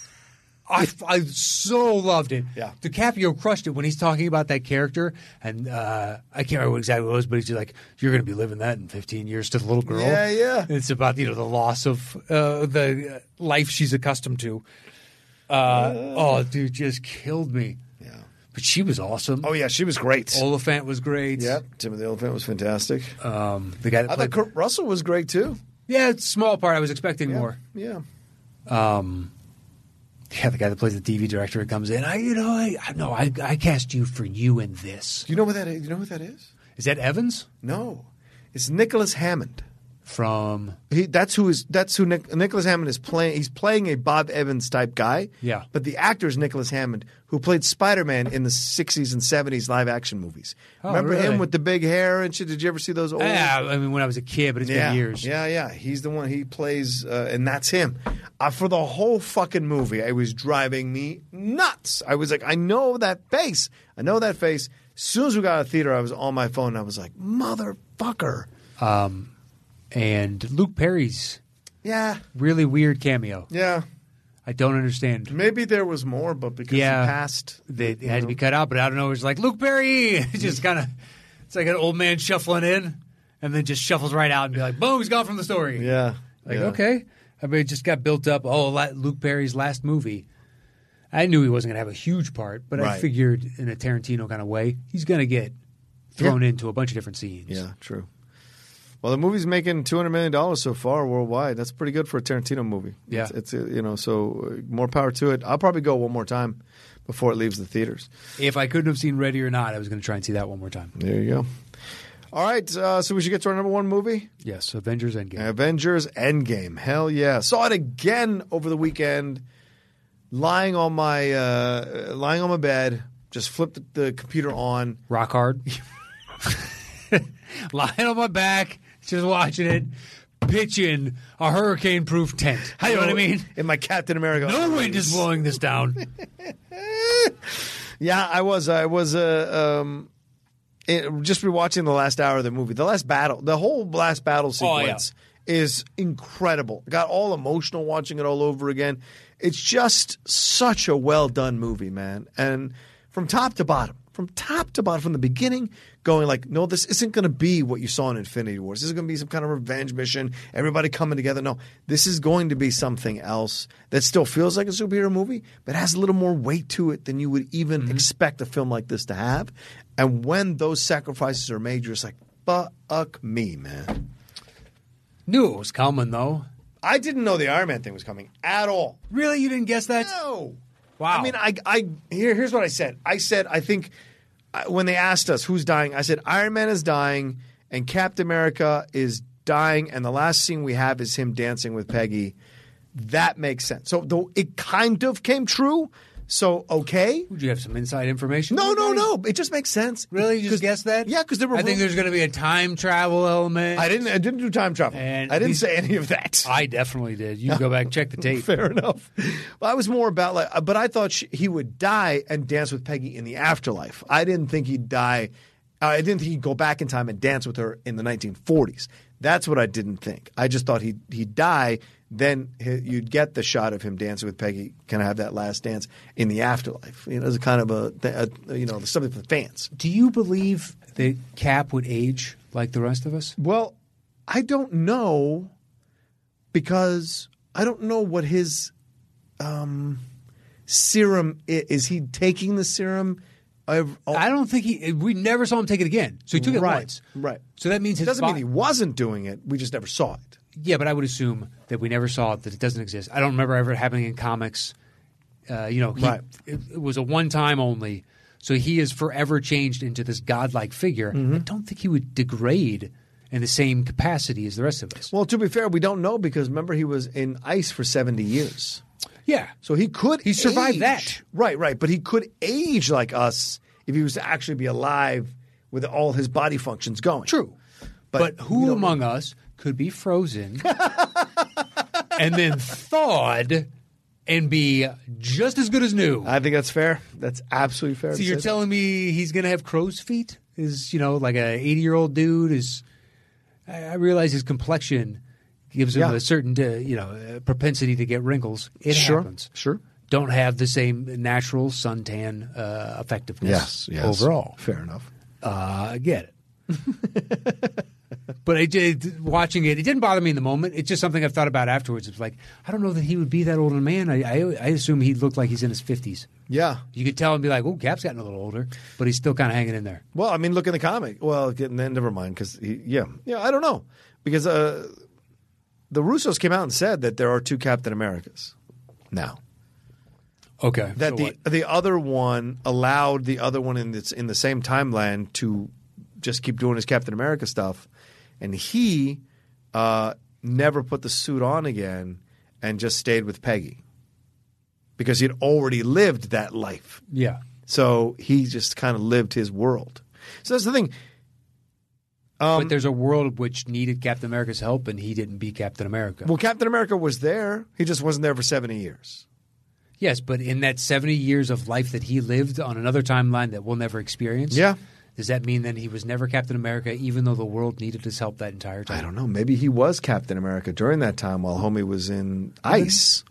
S2: I, I so loved it.
S1: Yeah.
S2: DiCaprio crushed it when he's talking about that character, and uh, I can't remember what exactly what it was, but he's just like, "You're going to be living that in 15 years to the little girl."
S1: Yeah, yeah.
S2: And it's about you know the loss of uh, the uh, life she's accustomed to. Uh, oh, dude, just killed me.
S1: Yeah.
S2: But she was awesome.
S1: Oh yeah, she was great.
S2: Oliphant was great.
S1: Yep, Timothy Elephant was fantastic.
S2: Um, the guy that
S1: I
S2: played,
S1: thought Kurt Russell was great too.
S2: yeah, it's a small part. I was expecting more.
S1: Yeah.
S2: Yeah, the guy that plays the TV director comes in. I, you know, I, I no, I, I cast you for you in this.
S1: Do you know what that is? You know what that is?
S2: Is that Evans
S1: No, it's Nicholas Hammond.
S2: from?
S1: He, that's who is that's who Nic- Nicholas Hammond is playing. He's playing a Bob Evans type guy.
S2: Yeah.
S1: but the actor is Nicholas Hammond, who played Spider Man in the '60s and '70s live action movies.
S2: Oh,
S1: Remember
S2: really?
S1: him with the big hair and shit? Did you ever see those old?
S2: Yeah, I mean, when I was a kid, but it's
S1: Oh. yeah,
S2: been years.
S1: yeah, yeah. He's the one he plays, uh, and that's him. Uh, for the whole fucking movie, it was driving me nuts. I was like, I know that face. I know that face. As soon as we got out of theater, I was on my phone. and I was like, motherfucker.
S2: And Luke Perry's
S1: Yeah,
S2: really weird cameo.
S1: yeah.
S2: I don't understand.
S1: Maybe there was more, but because
S2: Yeah.
S1: he passed,
S2: They, it had to be cut out, but I don't know. It's like Luke Perry, (laughs) It's just kind of. It's like an old man shuffling in, and then just shuffles right out and be like, "Boom, he's gone from the story."
S1: yeah,
S2: Like,
S1: yeah.
S2: okay. I mean, it just got built up. Oh, la- Luke Perry's last movie. I knew he wasn't going to have a huge part, but I
S1: Right.
S2: figured in a Tarantino kind of way, he's going to get thrown into a bunch of different scenes.
S1: yeah, true. Well, the movie's making two hundred million dollars so far worldwide. That's pretty good for a Tarantino movie.
S2: Yeah.
S1: it's, it's uh, you know so uh, more power to it. I'll probably go one more time before it leaves the theaters.
S2: If I couldn't have seen Ready or Not, I was going to try and see that one more time.
S1: There you go. All right, uh, so we should get to our number one movie.
S2: Yes, Avengers Endgame.
S1: Avengers Endgame. Hell yeah. Saw it again over the weekend, lying on my uh, lying on my bed, just flipped the computer on.
S2: Rock hard. (laughs) Lying on my back, just watching it, pitching a hurricane-proof tent. You know what I mean?
S1: In my Captain America.
S2: No wind is blowing this down.
S1: Yeah, I was. I was uh, um, it, just rewatching the last hour of the movie. The last battle, the whole last battle
S2: Oh, yeah.
S1: sequence is incredible. Got all emotional watching it all over again. It's just such a well done movie, man. And from top to bottom, from top to bottom, from the beginning, going like, no, this isn't going to be what you saw in Infinity Wars. This is going to be some kind of revenge mission. Everybody coming together. No, this is going to be something else that still feels like a superhero movie, but has a little more weight to it than you would even expect a film like this to have. And when those sacrifices are made, you're just like, fuck me, man.
S2: (laughs) Knew it was coming, though.
S1: I didn't know the Iron Man thing was coming at all.
S2: Really? You didn't guess that?
S1: No.
S2: Wow.
S1: I mean, I, I here, here's what I said. I said I think I- when they asked us who's dying, I said Iron Man is dying and Captain America is dying, and the last scene we have is him dancing with Peggy. That makes sense. So though it kind of came true. So okay.
S2: Would you have some inside information?
S1: No, no, no. It just makes sense.
S2: Really? You just
S1: 'Cause-
S2: guessed that?
S1: Yeah, because there were.
S2: I think
S1: rumors-
S2: there's going to be a time travel element.
S1: I didn't. I didn't do time travel.
S2: And
S1: I didn't
S2: these-
S1: say any of that.
S2: (laughs) I definitely did. You go back and check the
S1: (laughs)
S2: tape.
S1: Fair enough. Well, I was more about like, but I thought she, he would die and dance with Peggy in the afterlife. I didn't think he'd die. I didn't think he'd go back in time and dance with her in the 1940s. That's what I didn't think. I just thought he'd he'd die. Then he, you'd get the shot of him dancing with Peggy, kind of have that last dance in the afterlife. You know, as a kind of a, th- a you know something for the fans.
S2: Do you believe that Cap would age like the rest of us?
S1: Well, I don't know because I don't know what his um, serum is. Is he taking the serum? Ev- oh,
S2: I don't think he. We never saw him take it again. So he took it
S1: Right,
S2: once.
S1: right.
S2: So that means
S1: it
S2: his
S1: doesn't mean
S2: bo-
S1: he wasn't doing it. We just never saw it.
S2: Yeah, but I would assume that we never saw it, that it doesn't exist. I don't remember ever happening in comics. Uh, you know, he,
S1: Right.
S2: it, it was a one time only. So he is forever changed into this godlike figure.
S1: Mm-hmm.
S2: I don't think he would degrade in the same capacity as the rest of us.
S1: Well, to be fair, we don't know because remember he was in ice for seventy years,
S2: yeah.
S1: so he could
S2: He survived
S1: age.
S2: that.
S1: Right, right. But he could age like us if he was to actually be alive with all his body functions going.
S2: True.
S1: But
S2: But,
S1: we
S2: who
S1: don't
S2: among us could
S1: (laughs)
S2: be frozen and then thawed and be just as good as new?
S1: I think that's fair. That's absolutely fair.
S2: so
S1: to
S2: you're
S1: say that.
S2: telling me he's going to have crow's feet? Is, you know, like a 80 year old dude is. I I realize his complexion gives him
S1: Yeah.
S2: a certain, uh, you know, uh, propensity to get wrinkles. It
S1: Sure,
S2: happens.
S1: sure.
S2: Don't have the same natural suntan uh, effectiveness
S1: (laughs)
S2: overall.
S1: Fair enough.
S2: Uh, I get it. but I did watching it. It didn't bother me in the moment. It's just something I've thought about afterwards. It's like I don't know that he would be that old a man. I, I I assume he looked like he's in his fifties.
S1: Yeah.
S2: You could tell and be like, "Oh, Cap's gotten a little older," but he's still kind of hanging in there.
S1: Well, I mean, look in the comic. Well, get- then never mind. Because yeah, yeah, I don't know because uh, the Russos came out and said that there are two Captain Americas now.
S2: Okay,
S1: That the the other one allowed the other one in this in the same timeline to just keep doing his Captain America stuff, and he uh, never put the suit on again and just stayed with Peggy because he'd already lived that life.
S2: yeah,
S1: So he just kind of lived his world. So that's the thing. Um,
S2: but there's a world which needed Captain America's help, and he didn't be Captain America.
S1: Well, Captain America was there. He just wasn't there for 70 years.
S2: yes, but in that 70 years of life that he lived on another timeline that we'll never experience,
S1: Yeah.
S2: does that mean then he was never Captain America, even though the world needed his help that entire time?
S1: I don't know. Maybe he was Captain America during that time while homie was in ice.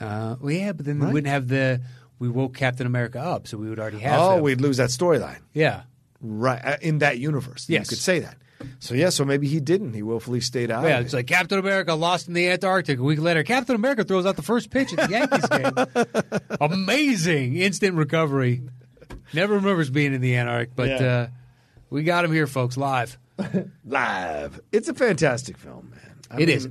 S2: Uh, well, yeah, but then
S1: Right.
S2: we wouldn't have the. We woke Captain America up, so we would already have.
S1: Oh,
S2: him.
S1: we'd lose that storyline.
S2: yeah.
S1: Right. uh, In that universe. You
S2: Yes.
S1: could say that. So, yeah, so maybe he didn't. He willfully stayed out.
S2: Oh, Yeah,
S1: of
S2: it's
S1: it.
S2: like Captain America lost in the Antarctic. A week later, Captain America throws out the first pitch at the Yankees
S1: (laughs)
S2: game. Amazing instant recovery. Never remembers being in the Antarctic, but
S1: Yeah.
S2: uh, we got him here, folks, live.
S1: live. It's a fantastic film, man. I
S2: It is.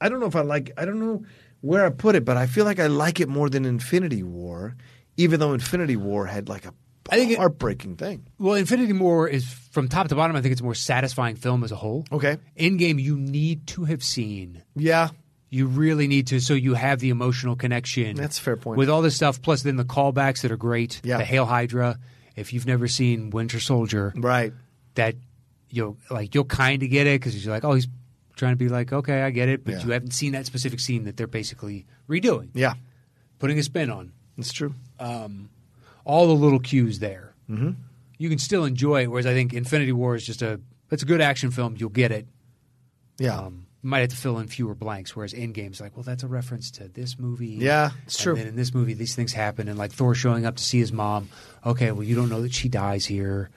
S1: I don't know if I like. I don't know where I put it, but I feel like I like it more than Infinity War, even though Infinity War had like a
S2: I think it-
S1: heartbreaking thing.
S2: Well, Infinity War is from top to bottom. I think it's a more satisfying film as a whole.
S1: Okay.
S2: Endgame, you need to have seen
S1: Yeah,
S2: You really need to, so you have the emotional connection.
S1: That's a fair point.
S2: With all this stuff, plus then the callbacks that are great.
S1: Yeah.
S2: The Hail Hydra. If you've never seen Winter Soldier,
S1: right.
S2: that you'll like, you'll kind of get it because you're like, oh, he's trying to be like, okay, I get it, but
S1: Yeah.
S2: you haven't seen that specific scene that they're basically redoing,
S1: Yeah,
S2: putting a spin on. Um,
S1: it's true.
S2: All the little cues there. Mm-hmm. You can still enjoy it. Whereas I think Infinity War is just a that's a good action film. You'll get it.
S1: Yeah,
S2: Um, you might have to fill in fewer blanks, whereas Endgame's like, well, that's a reference to this movie.
S1: Yeah, it's
S2: And
S1: true.
S2: then in this movie, these things happen, and like Thor showing up to see his mom. Okay, well, you don't know that she dies here,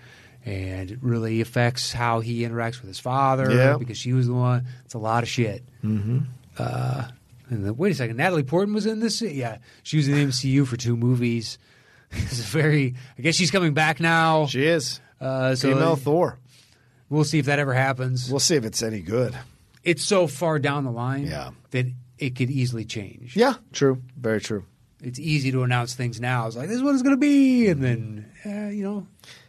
S2: and it really affects how he interacts with his father
S1: Yeah.
S2: because she was the one. It's a lot of shit. Mm-hmm. Uh, and then, wait a second, Natalie Portman was in this. Yeah, she was in the MCU for two movies. (laughs) it's a very. I guess she's coming back now.
S1: she is
S2: Uh, so
S1: female Thor.
S2: we'll see if that ever happens
S1: We'll see if it's any good.
S2: it's so far down the line
S1: Yeah.
S2: that it could easily change.
S1: Yeah, true. Very true.
S2: It's easy to announce things now. It's like this is what it's going to be, and then uh, you know,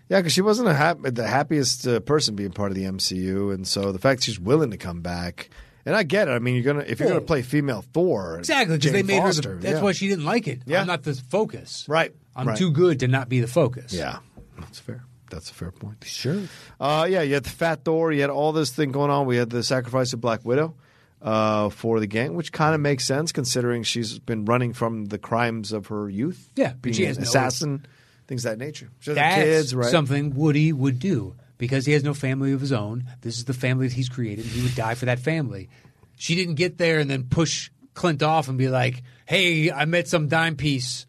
S1: Yeah, because she wasn't a hap- the happiest uh, person being part of the MCU, and so the fact she's willing to come back And I get it. I mean, you're gonna if you're
S2: Well-
S1: gonna play female Thor,
S2: Exactly, because
S1: Jane
S2: they made her.
S1: Foster,
S2: The, that's
S1: yeah.
S2: why she didn't like it.
S1: Yeah.
S2: I'm not the focus.
S1: Right,
S2: I'm
S1: right.
S2: too good to not be the focus.
S1: Yeah, that's fair. That's a fair point.
S2: Sure.
S1: Uh, yeah, you had the Fat Thor. You had all this thing going on. We had the sacrifice of Black Widow uh, for the gang, which kind of makes sense considering she's been running from the crimes of her youth.
S2: Yeah, but
S1: being
S2: she has
S1: an
S2: no-
S1: assassin, things of that nature. She has
S2: That's
S1: kids, right?
S2: something Woody would do because he has no family of his own. This is the family that he's created, and he would die for that family. She didn't get there and then push Clint off and be like, "Hey, I met some dime piece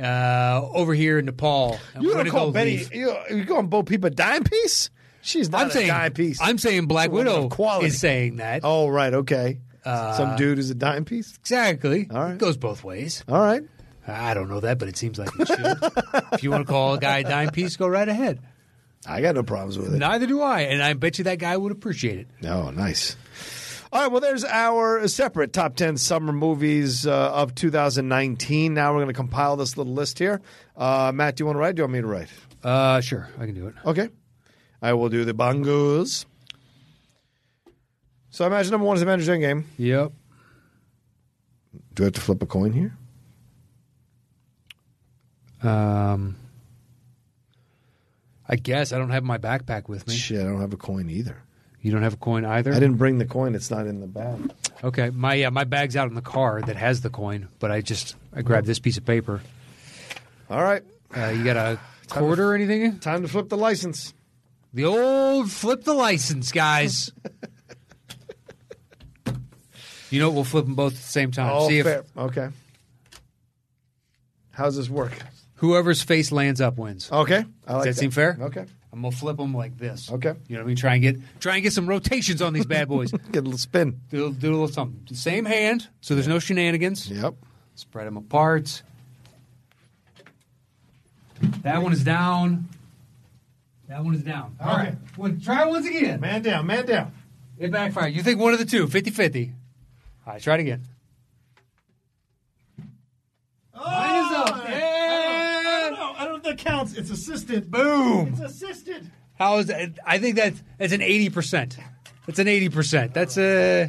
S2: uh, over here in Nepal." and
S1: You
S2: we're
S1: don't
S2: gonna
S1: call
S2: go
S1: Betty?
S2: leave."
S1: You, you calling Bo Peep a dime piece? She's not
S2: I'm
S1: a
S2: saying
S1: dime piece.
S2: I'm saying Black
S1: She's a woman
S2: Widow
S1: of quality.
S2: is saying that
S1: Oh, right, okay.
S2: Uh,
S1: Some dude who's a dime piece.
S2: exactly.
S1: All right.
S2: It goes both ways.
S1: All right.
S2: I don't know that, but it seems like it should. if you want to call a guy a dime piece, go right ahead.
S1: I got no problems with it.
S2: Neither do I, and I bet you that guy would appreciate it.
S1: Oh, nice. All right, well, there's our separate top 10 summer movies uh, of 2019. Now we're going to compile this little list here. Uh, Matt, do you want to write? Do you want me to write?
S2: Uh, sure, I can do it.
S1: Okay. I will do the bongos. So I imagine number one is Avengers Endgame.
S2: Yep.
S1: Do I have to flip a coin here?
S2: Um, I guess I don't have my backpack with me.
S1: Shit, I don't have a coin either.
S2: You don't have a coin either.
S1: I didn't bring the coin. It's not in the bag.
S2: Okay, my yeah, my bag's out in the car that has the coin, but I just I grabbed this piece of paper.
S1: All right.
S2: Uh, you got a quarter or anything?
S1: Time to flip the license.
S2: The old flip the license, guys. (laughs) you know what? We'll flip them both at the same time.
S1: Oh,
S2: See if
S1: fair. Okay. How's this work?
S2: whoever's face lands up wins.
S1: Okay. I like
S2: Does that seem fair?
S1: Okay.
S2: I'm gonna flip them like this.
S1: Okay.
S2: You know what I mean? Try and get try and get some rotations on these bad boys. (laughs)
S1: Get a little spin.
S2: do, do a little something. Same hand, so there's no shenanigans.
S1: Yep.
S2: Spread them apart. That one is down. That one is down. All
S1: Okay.
S2: right. Well, try once again.
S1: Man down, man down.
S2: It backfired. You think one of the two, 50 50. All right, try it again. Mine is up.
S3: I
S2: Yeah.
S3: don't know. I don't think that counts. It's assisted.
S2: Boom.
S3: It's assisted.
S2: How is that? I think that's, that's an 80%. That's an 80%. That's a.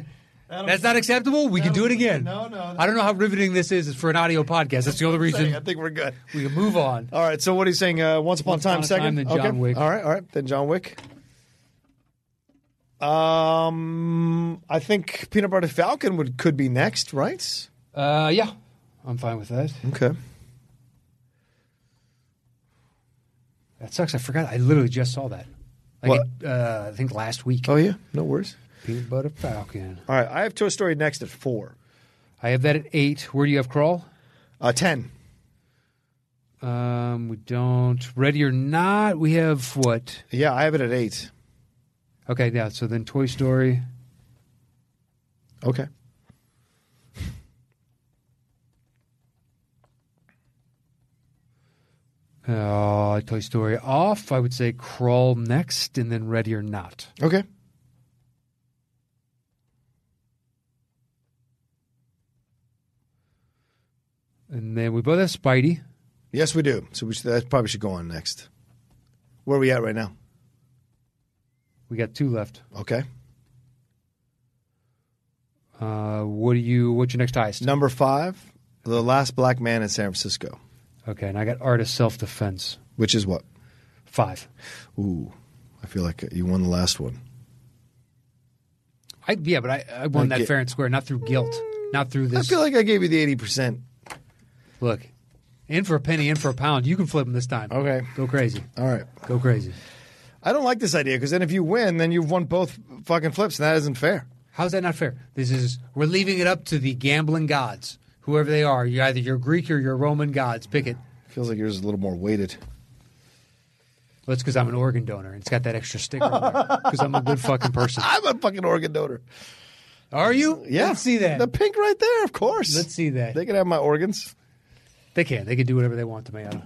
S3: That'll-
S2: That's not acceptable. We can do
S3: that'll-
S2: it again.
S3: No, no.
S2: I don't know how riveting this is for an audio podcast. That's the only
S1: I
S2: reason
S1: think we're good.
S2: we can move on.
S1: All right. So what are you saying? Uh, Once upon a time,
S2: Upon a
S1: second.
S2: Time, then John
S1: okay.
S2: Wick.
S1: All right. All right. Then John Wick. Um, I think Peanut Butter Falcon would could be next, right?
S2: Uh, yeah, I'm fine with that.
S1: Okay.
S2: That sucks. I forgot. I literally just saw that. Like
S1: What?
S2: uh, I think last week.
S1: Oh yeah. No worries.
S2: Peanut butter falcon.
S1: All right. I have Toy Story next at four.
S2: I have that at eight. Where do you have crawl?
S1: Uh, ten.
S2: Um, we don't. Ready or not? We have what?
S1: Yeah, I have it at eight.
S2: Okay, yeah. So then Toy Story.
S1: Okay.
S2: Uh, Toy Story off. I would say crawl next, and then ready or not.
S1: Okay.
S2: And then we both have Spidey.
S1: Yes, we do. So we should, that probably should go on next. Where are we at right now?
S2: We got two left.
S1: Okay.
S2: Uh, what do you? What's your next highest?
S1: Number five, the last black man in San Francisco,
S2: Okay, and I got artist self defense
S1: which is what?
S2: five.
S1: Ooh, I feel like you won the last one.
S2: I, yeah, but I, I won
S1: I
S2: that
S1: get-
S2: fair and square, not through guilt, not through
S1: I
S2: this.
S1: feel like I gave you the eighty percent.
S2: Look, in for a penny, in for a pound. You can flip them this time.
S1: Okay.
S2: Go crazy.
S1: All right.
S2: Go crazy.
S1: I don't like this idea because then if you win, then you've won both fucking flips, and that isn't fair.
S2: How's that not fair? This is we're leaving it up to the gambling gods, whoever they are. You either you're Greek or you're Roman gods. Pick it.
S1: Feels like yours is a little more weighted.
S2: That's because I'm an organ donor and it's got that extra sticker on there. Because I'm a good fucking person.
S1: I'm a fucking organ donor.
S2: Are you?
S1: Yeah,
S2: Let's see that.
S1: the pink right there. Of course,
S2: Let's see that.
S1: They can have my organs.
S2: They can. They can do whatever they want to me. I don't-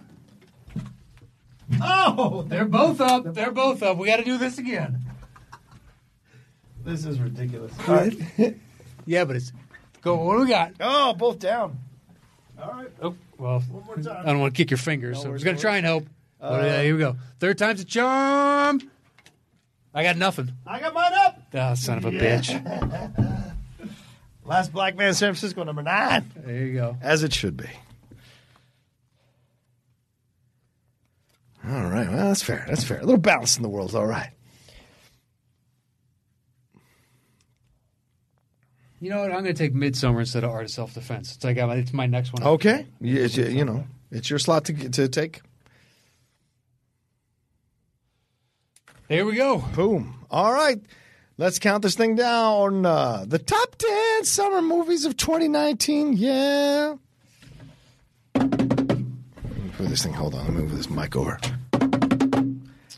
S3: Oh,
S2: They're both up. They're both up. We got to do this again.
S3: this is ridiculous.
S1: (laughs)
S2: yeah, but it's go. What do we got?
S1: Oh, both down.
S3: All right.
S2: Oh, well,
S3: more time.
S2: I don't want to kick your fingers, so I
S1: worries,
S2: was going
S1: no
S2: to try and help. But, uh, here we go. Third time's a charm. I got nothing. Ah,
S3: I got mine up.
S2: Oh, son of a bitch.
S3: Last black man, in San Francisco, number nine.
S2: There you go.
S1: as it should be. All right, well, that's fair. That's fair. A little balance in the world's all right.
S2: You know what? I'm going to take Midsummer instead of Art of Self Defense. It's like uh, it's my next one.
S1: Okay, you, it's- you know, it's your slot to to take.
S2: There we go.
S1: Boom. All right. Let's count this thing down. Uh, the top 10 summer movies of 2019. Yeah. Let me Move this thing. Hold on. Let me move this mic over.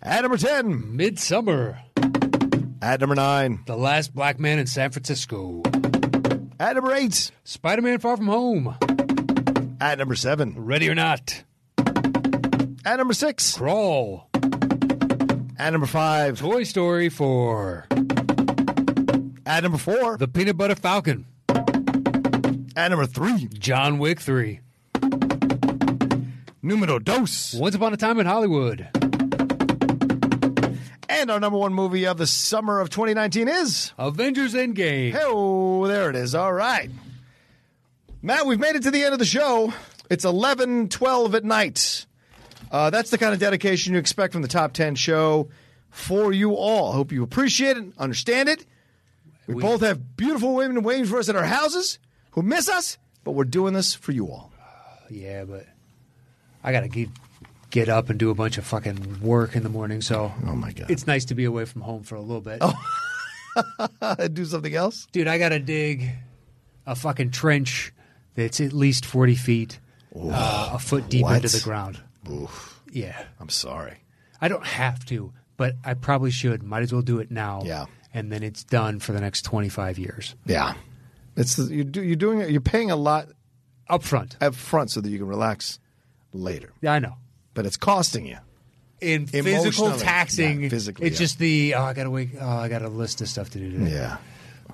S1: At number 10.
S2: Midsummer,
S1: At number 9.
S2: the last black man in San Francisco.
S1: At number 8.
S2: Spider Man Far From Home.
S1: At number 7.
S2: Ready or not.
S1: At number 6.
S2: Crawl.
S1: At number 5.
S2: Toy Story 4.
S1: At number 4.
S2: The Peanut Butter Falcon.
S1: At number 3.
S2: John Wick 3.
S1: Numero Dos.
S2: Once Upon a Time in Hollywood.
S1: And our number one movie of the summer of 2019 is.
S2: Avengers Endgame.
S1: Oh, there it is. All right. Matt, we've made it to the end of the show. It's 11, 12 at night. Uh, that's the kind of dedication you expect from the Top 10 show for you all. I hope you appreciate it, understand it. We, both have beautiful women waiting for us at our houses who miss us, but we're doing this for you all.
S2: Yeah, but I got to get, get up and do a bunch of fucking work in the morning, so.
S1: Oh, my God.
S2: It's nice to be away from home for a little bit.
S1: (laughs) Oh. Do something else?
S2: Dude, I got to dig a fucking trench that's at least 40 feet, uh, a foot deep
S1: What?
S2: into the ground. Yeah.
S1: I'm sorry.
S2: I don't have to, but I probably should. Might as well do it now.
S1: Yeah.
S2: And then it's done for the next 25 years.
S1: Yeah. It's you're, do, you're doing it. You're paying a lot
S2: Up front.
S1: up front so that you can relax later,
S2: Yeah, I know.
S1: but it's costing you.
S2: In physical
S1: Emotionally.
S2: taxing,
S1: Yeah, physically,
S2: it's
S1: yeah.
S2: just the, oh, I got to wake, oh, I got a list of stuff to do today.
S1: Yeah.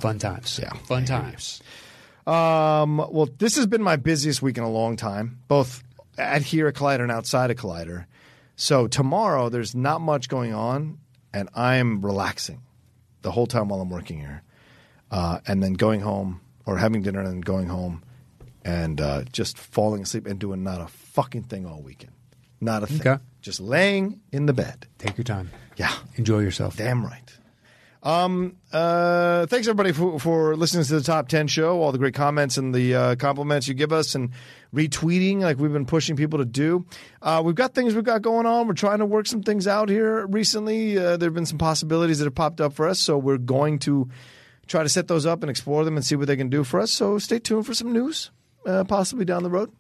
S2: Fun times.
S1: Yeah.
S2: Fun times.
S1: Um, well, this has been my busiest week in a long time, both at here at Collider and outside of Collider. So tomorrow there's not much going on, and I'm relaxing the whole time while I'm working here, uh, and then going home or having dinner and then going home and uh, just falling asleep and doing not a fucking thing all weekend, not a thing,
S2: Okay.
S1: just laying in the bed.
S2: Take your time.
S1: Yeah.
S2: Enjoy yourself.
S1: Damn right. Um, uh, thanks everybody for, for listening to the top 10 show, all the great comments and the uh, compliments you give us and retweeting like we've been pushing people to do. Uh, we've got things we've got going on. We're trying to work some things out here recently. Uh, there have been some possibilities that have popped up for us. So we're going to try to set those up and explore them and see what they can do for us. So stay tuned for some news, uh, possibly down the road.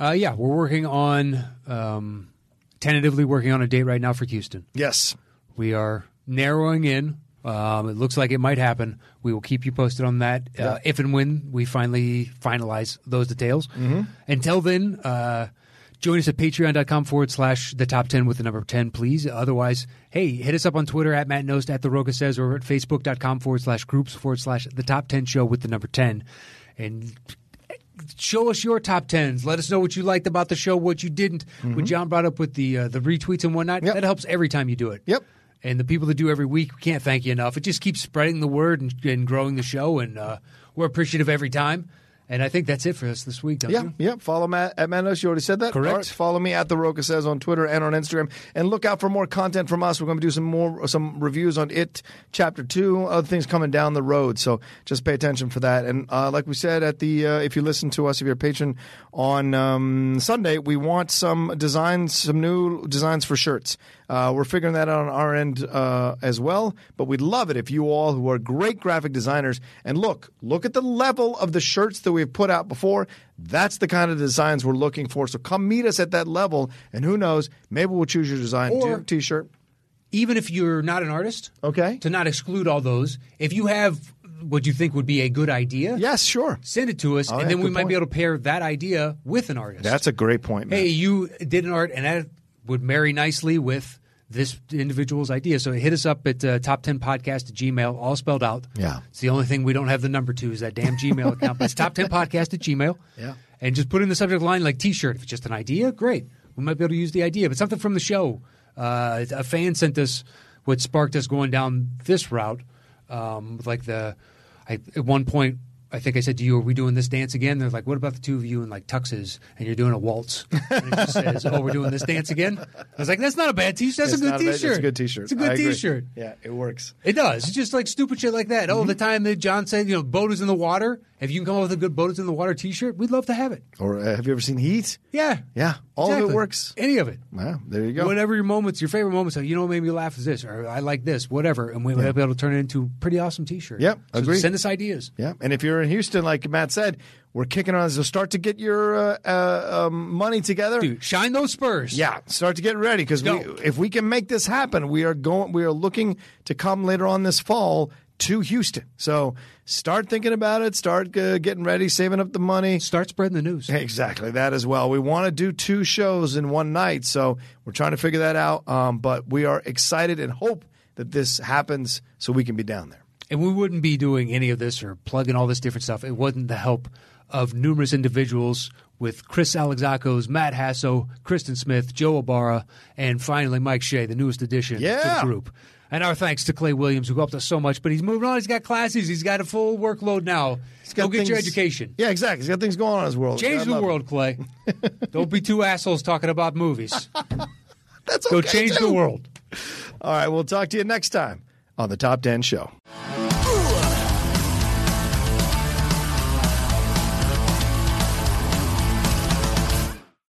S2: Uh, yeah, we're working on, um, tentatively working on a date right now for Houston.
S1: Yes.
S2: We are narrowing in. Um, it looks like it might happen. We will keep you posted on that uh, if and when we finally finalize those details.
S1: Mm-hmm.
S2: Until then, uh, join us at patreon.com forward slash the top 10 with the number 10, please. Otherwise, hey, hit us up on Twitter at Matt Nost, at The Roca Says, or at facebook.com forward slash groups forward slash the top 10 show with the number 10. And show us your top tens. Let us know what you liked about the show, what you didn't. What John brought up with the uh, the retweets and whatnot,
S1: Mm-hmm. Yep.
S2: that helps every time you do it.
S1: Yep.
S2: And the people that do every week, we can't thank you enough. It just keeps spreading the word and, and growing the show, and uh, we're appreciative every time. And I think that's it for us this week, don't
S1: Yeah,
S2: you?
S1: yeah. Follow Matt at Manos. You already said that.
S2: Correct.
S1: All right, follow me at the Roca says on Twitter and on Instagram, and look out for more content from us. We're going to do some more some reviews on it, chapter two, other things coming down the road. So just pay attention for that. And uh, like we said at the, uh, if you listen to us, if you're a patron on um, Sunday, we want some designs, some new designs for shirts. Uh, we're figuring that out on our end uh, as well. But we'd love it if you all, who are great graphic designers, and look, look at the level of the shirts that we've put out before. That's the kind of designs we're looking for. So come meet us at that level, and who knows, maybe we'll choose your design
S2: Or-
S1: t- t-shirt.
S2: Even if you're not an artist,
S1: Okay.
S2: to not exclude all those, if you have what you think would be a good idea,
S1: Yes, sure.
S2: send it to us, and
S1: Oh, yeah,
S2: then we
S1: good
S2: might be
S1: point.
S2: able to pair that idea with an artist.
S1: That's a great point, man.
S2: hey, you did an art, and that would marry nicely with this individual's idea. So hit us up at uh, top10podcast at Gmail, all spelled out.
S1: Yeah.
S2: It's the only thing we don't have the number to is that
S1: (laughs)
S2: damn Gmail account. But it's top10podcast at Gmail.
S1: Yeah.
S2: And just put in the subject line like t shirt. If it's just an idea, great. We might be able to use the idea. But something from the show. Uh, a fan sent us what sparked us going down this route. Um, like the, I, at one point, I think I said to you, "Are we doing this dance again?" They're like, "What about the two of you in like tuxes and you're doing a waltz?" And it just says, "Oh, we're doing this dance again." I was like, "That's not a bad t-shirt. That's
S1: It's
S2: a good
S1: not
S2: t-shirt.
S1: bad- It's a good T-shirt.
S2: It's a good
S1: I agree.
S2: t-shirt.
S1: Yeah, it works.
S2: It does. It's just like stupid shit like that. Oh,
S1: Mm-hmm.
S2: the time that John said, you know, boat is in the water. If you can come up with a good boat is in the water T-shirt, we'd love to have it.
S1: Or uh, have you ever seen Heat?
S2: Yeah,
S1: Yeah, all of it
S2: Exactly.
S1: works.
S2: Any of it.
S1: Yeah, there you go.
S2: Whatever your moments, your favorite moments, like, you know what made me laugh is this, or I like this, whatever, and we will be able to turn it into a pretty awesome T-shirt.
S1: Yep,
S2: So
S1: agree.
S2: Send us ideas.
S1: Yeah, and if you're in Houston, like Matt said, we're kicking on. So start to get your uh, uh, um, money together.
S2: Dude, shine those spurs.
S1: Yeah, start to get ready because we,
S2: Go.
S1: if we can make this happen, we are going. We are looking to come later on this fall to Houston. So start thinking about it. Start uh, getting ready, saving up the money. (laughs)
S2: Start spreading the news.
S1: Exactly that as well. We want to do two shows in one night, so we're trying to figure that out. Um, but we are excited and hope that this happens so we can be down there.
S2: And we wouldn't be doing any of this or plugging all this different stuff. It wasn't the help of numerous individuals with Chris Alexakos, Matt Hasso, Kristen Smith, Joe Ibarra, and finally Mike Shea, the newest addition to
S1: Yeah.
S2: the group. And our thanks to Clay Williams, who helped us so much. But he's moving on. He's got classes. He's got a full workload now. Go get your
S1: things-
S2: education.
S1: Yeah, exactly. He's got things going on in his world.
S2: Change
S1: I
S2: the
S1: love it. (laughs)
S2: world, Clay. Don't be two assholes talking about movies.
S1: That's
S2: Go
S1: okay,
S2: change
S1: too.
S2: the world.
S1: All right, we'll talk to you next time on the Top 10 Show.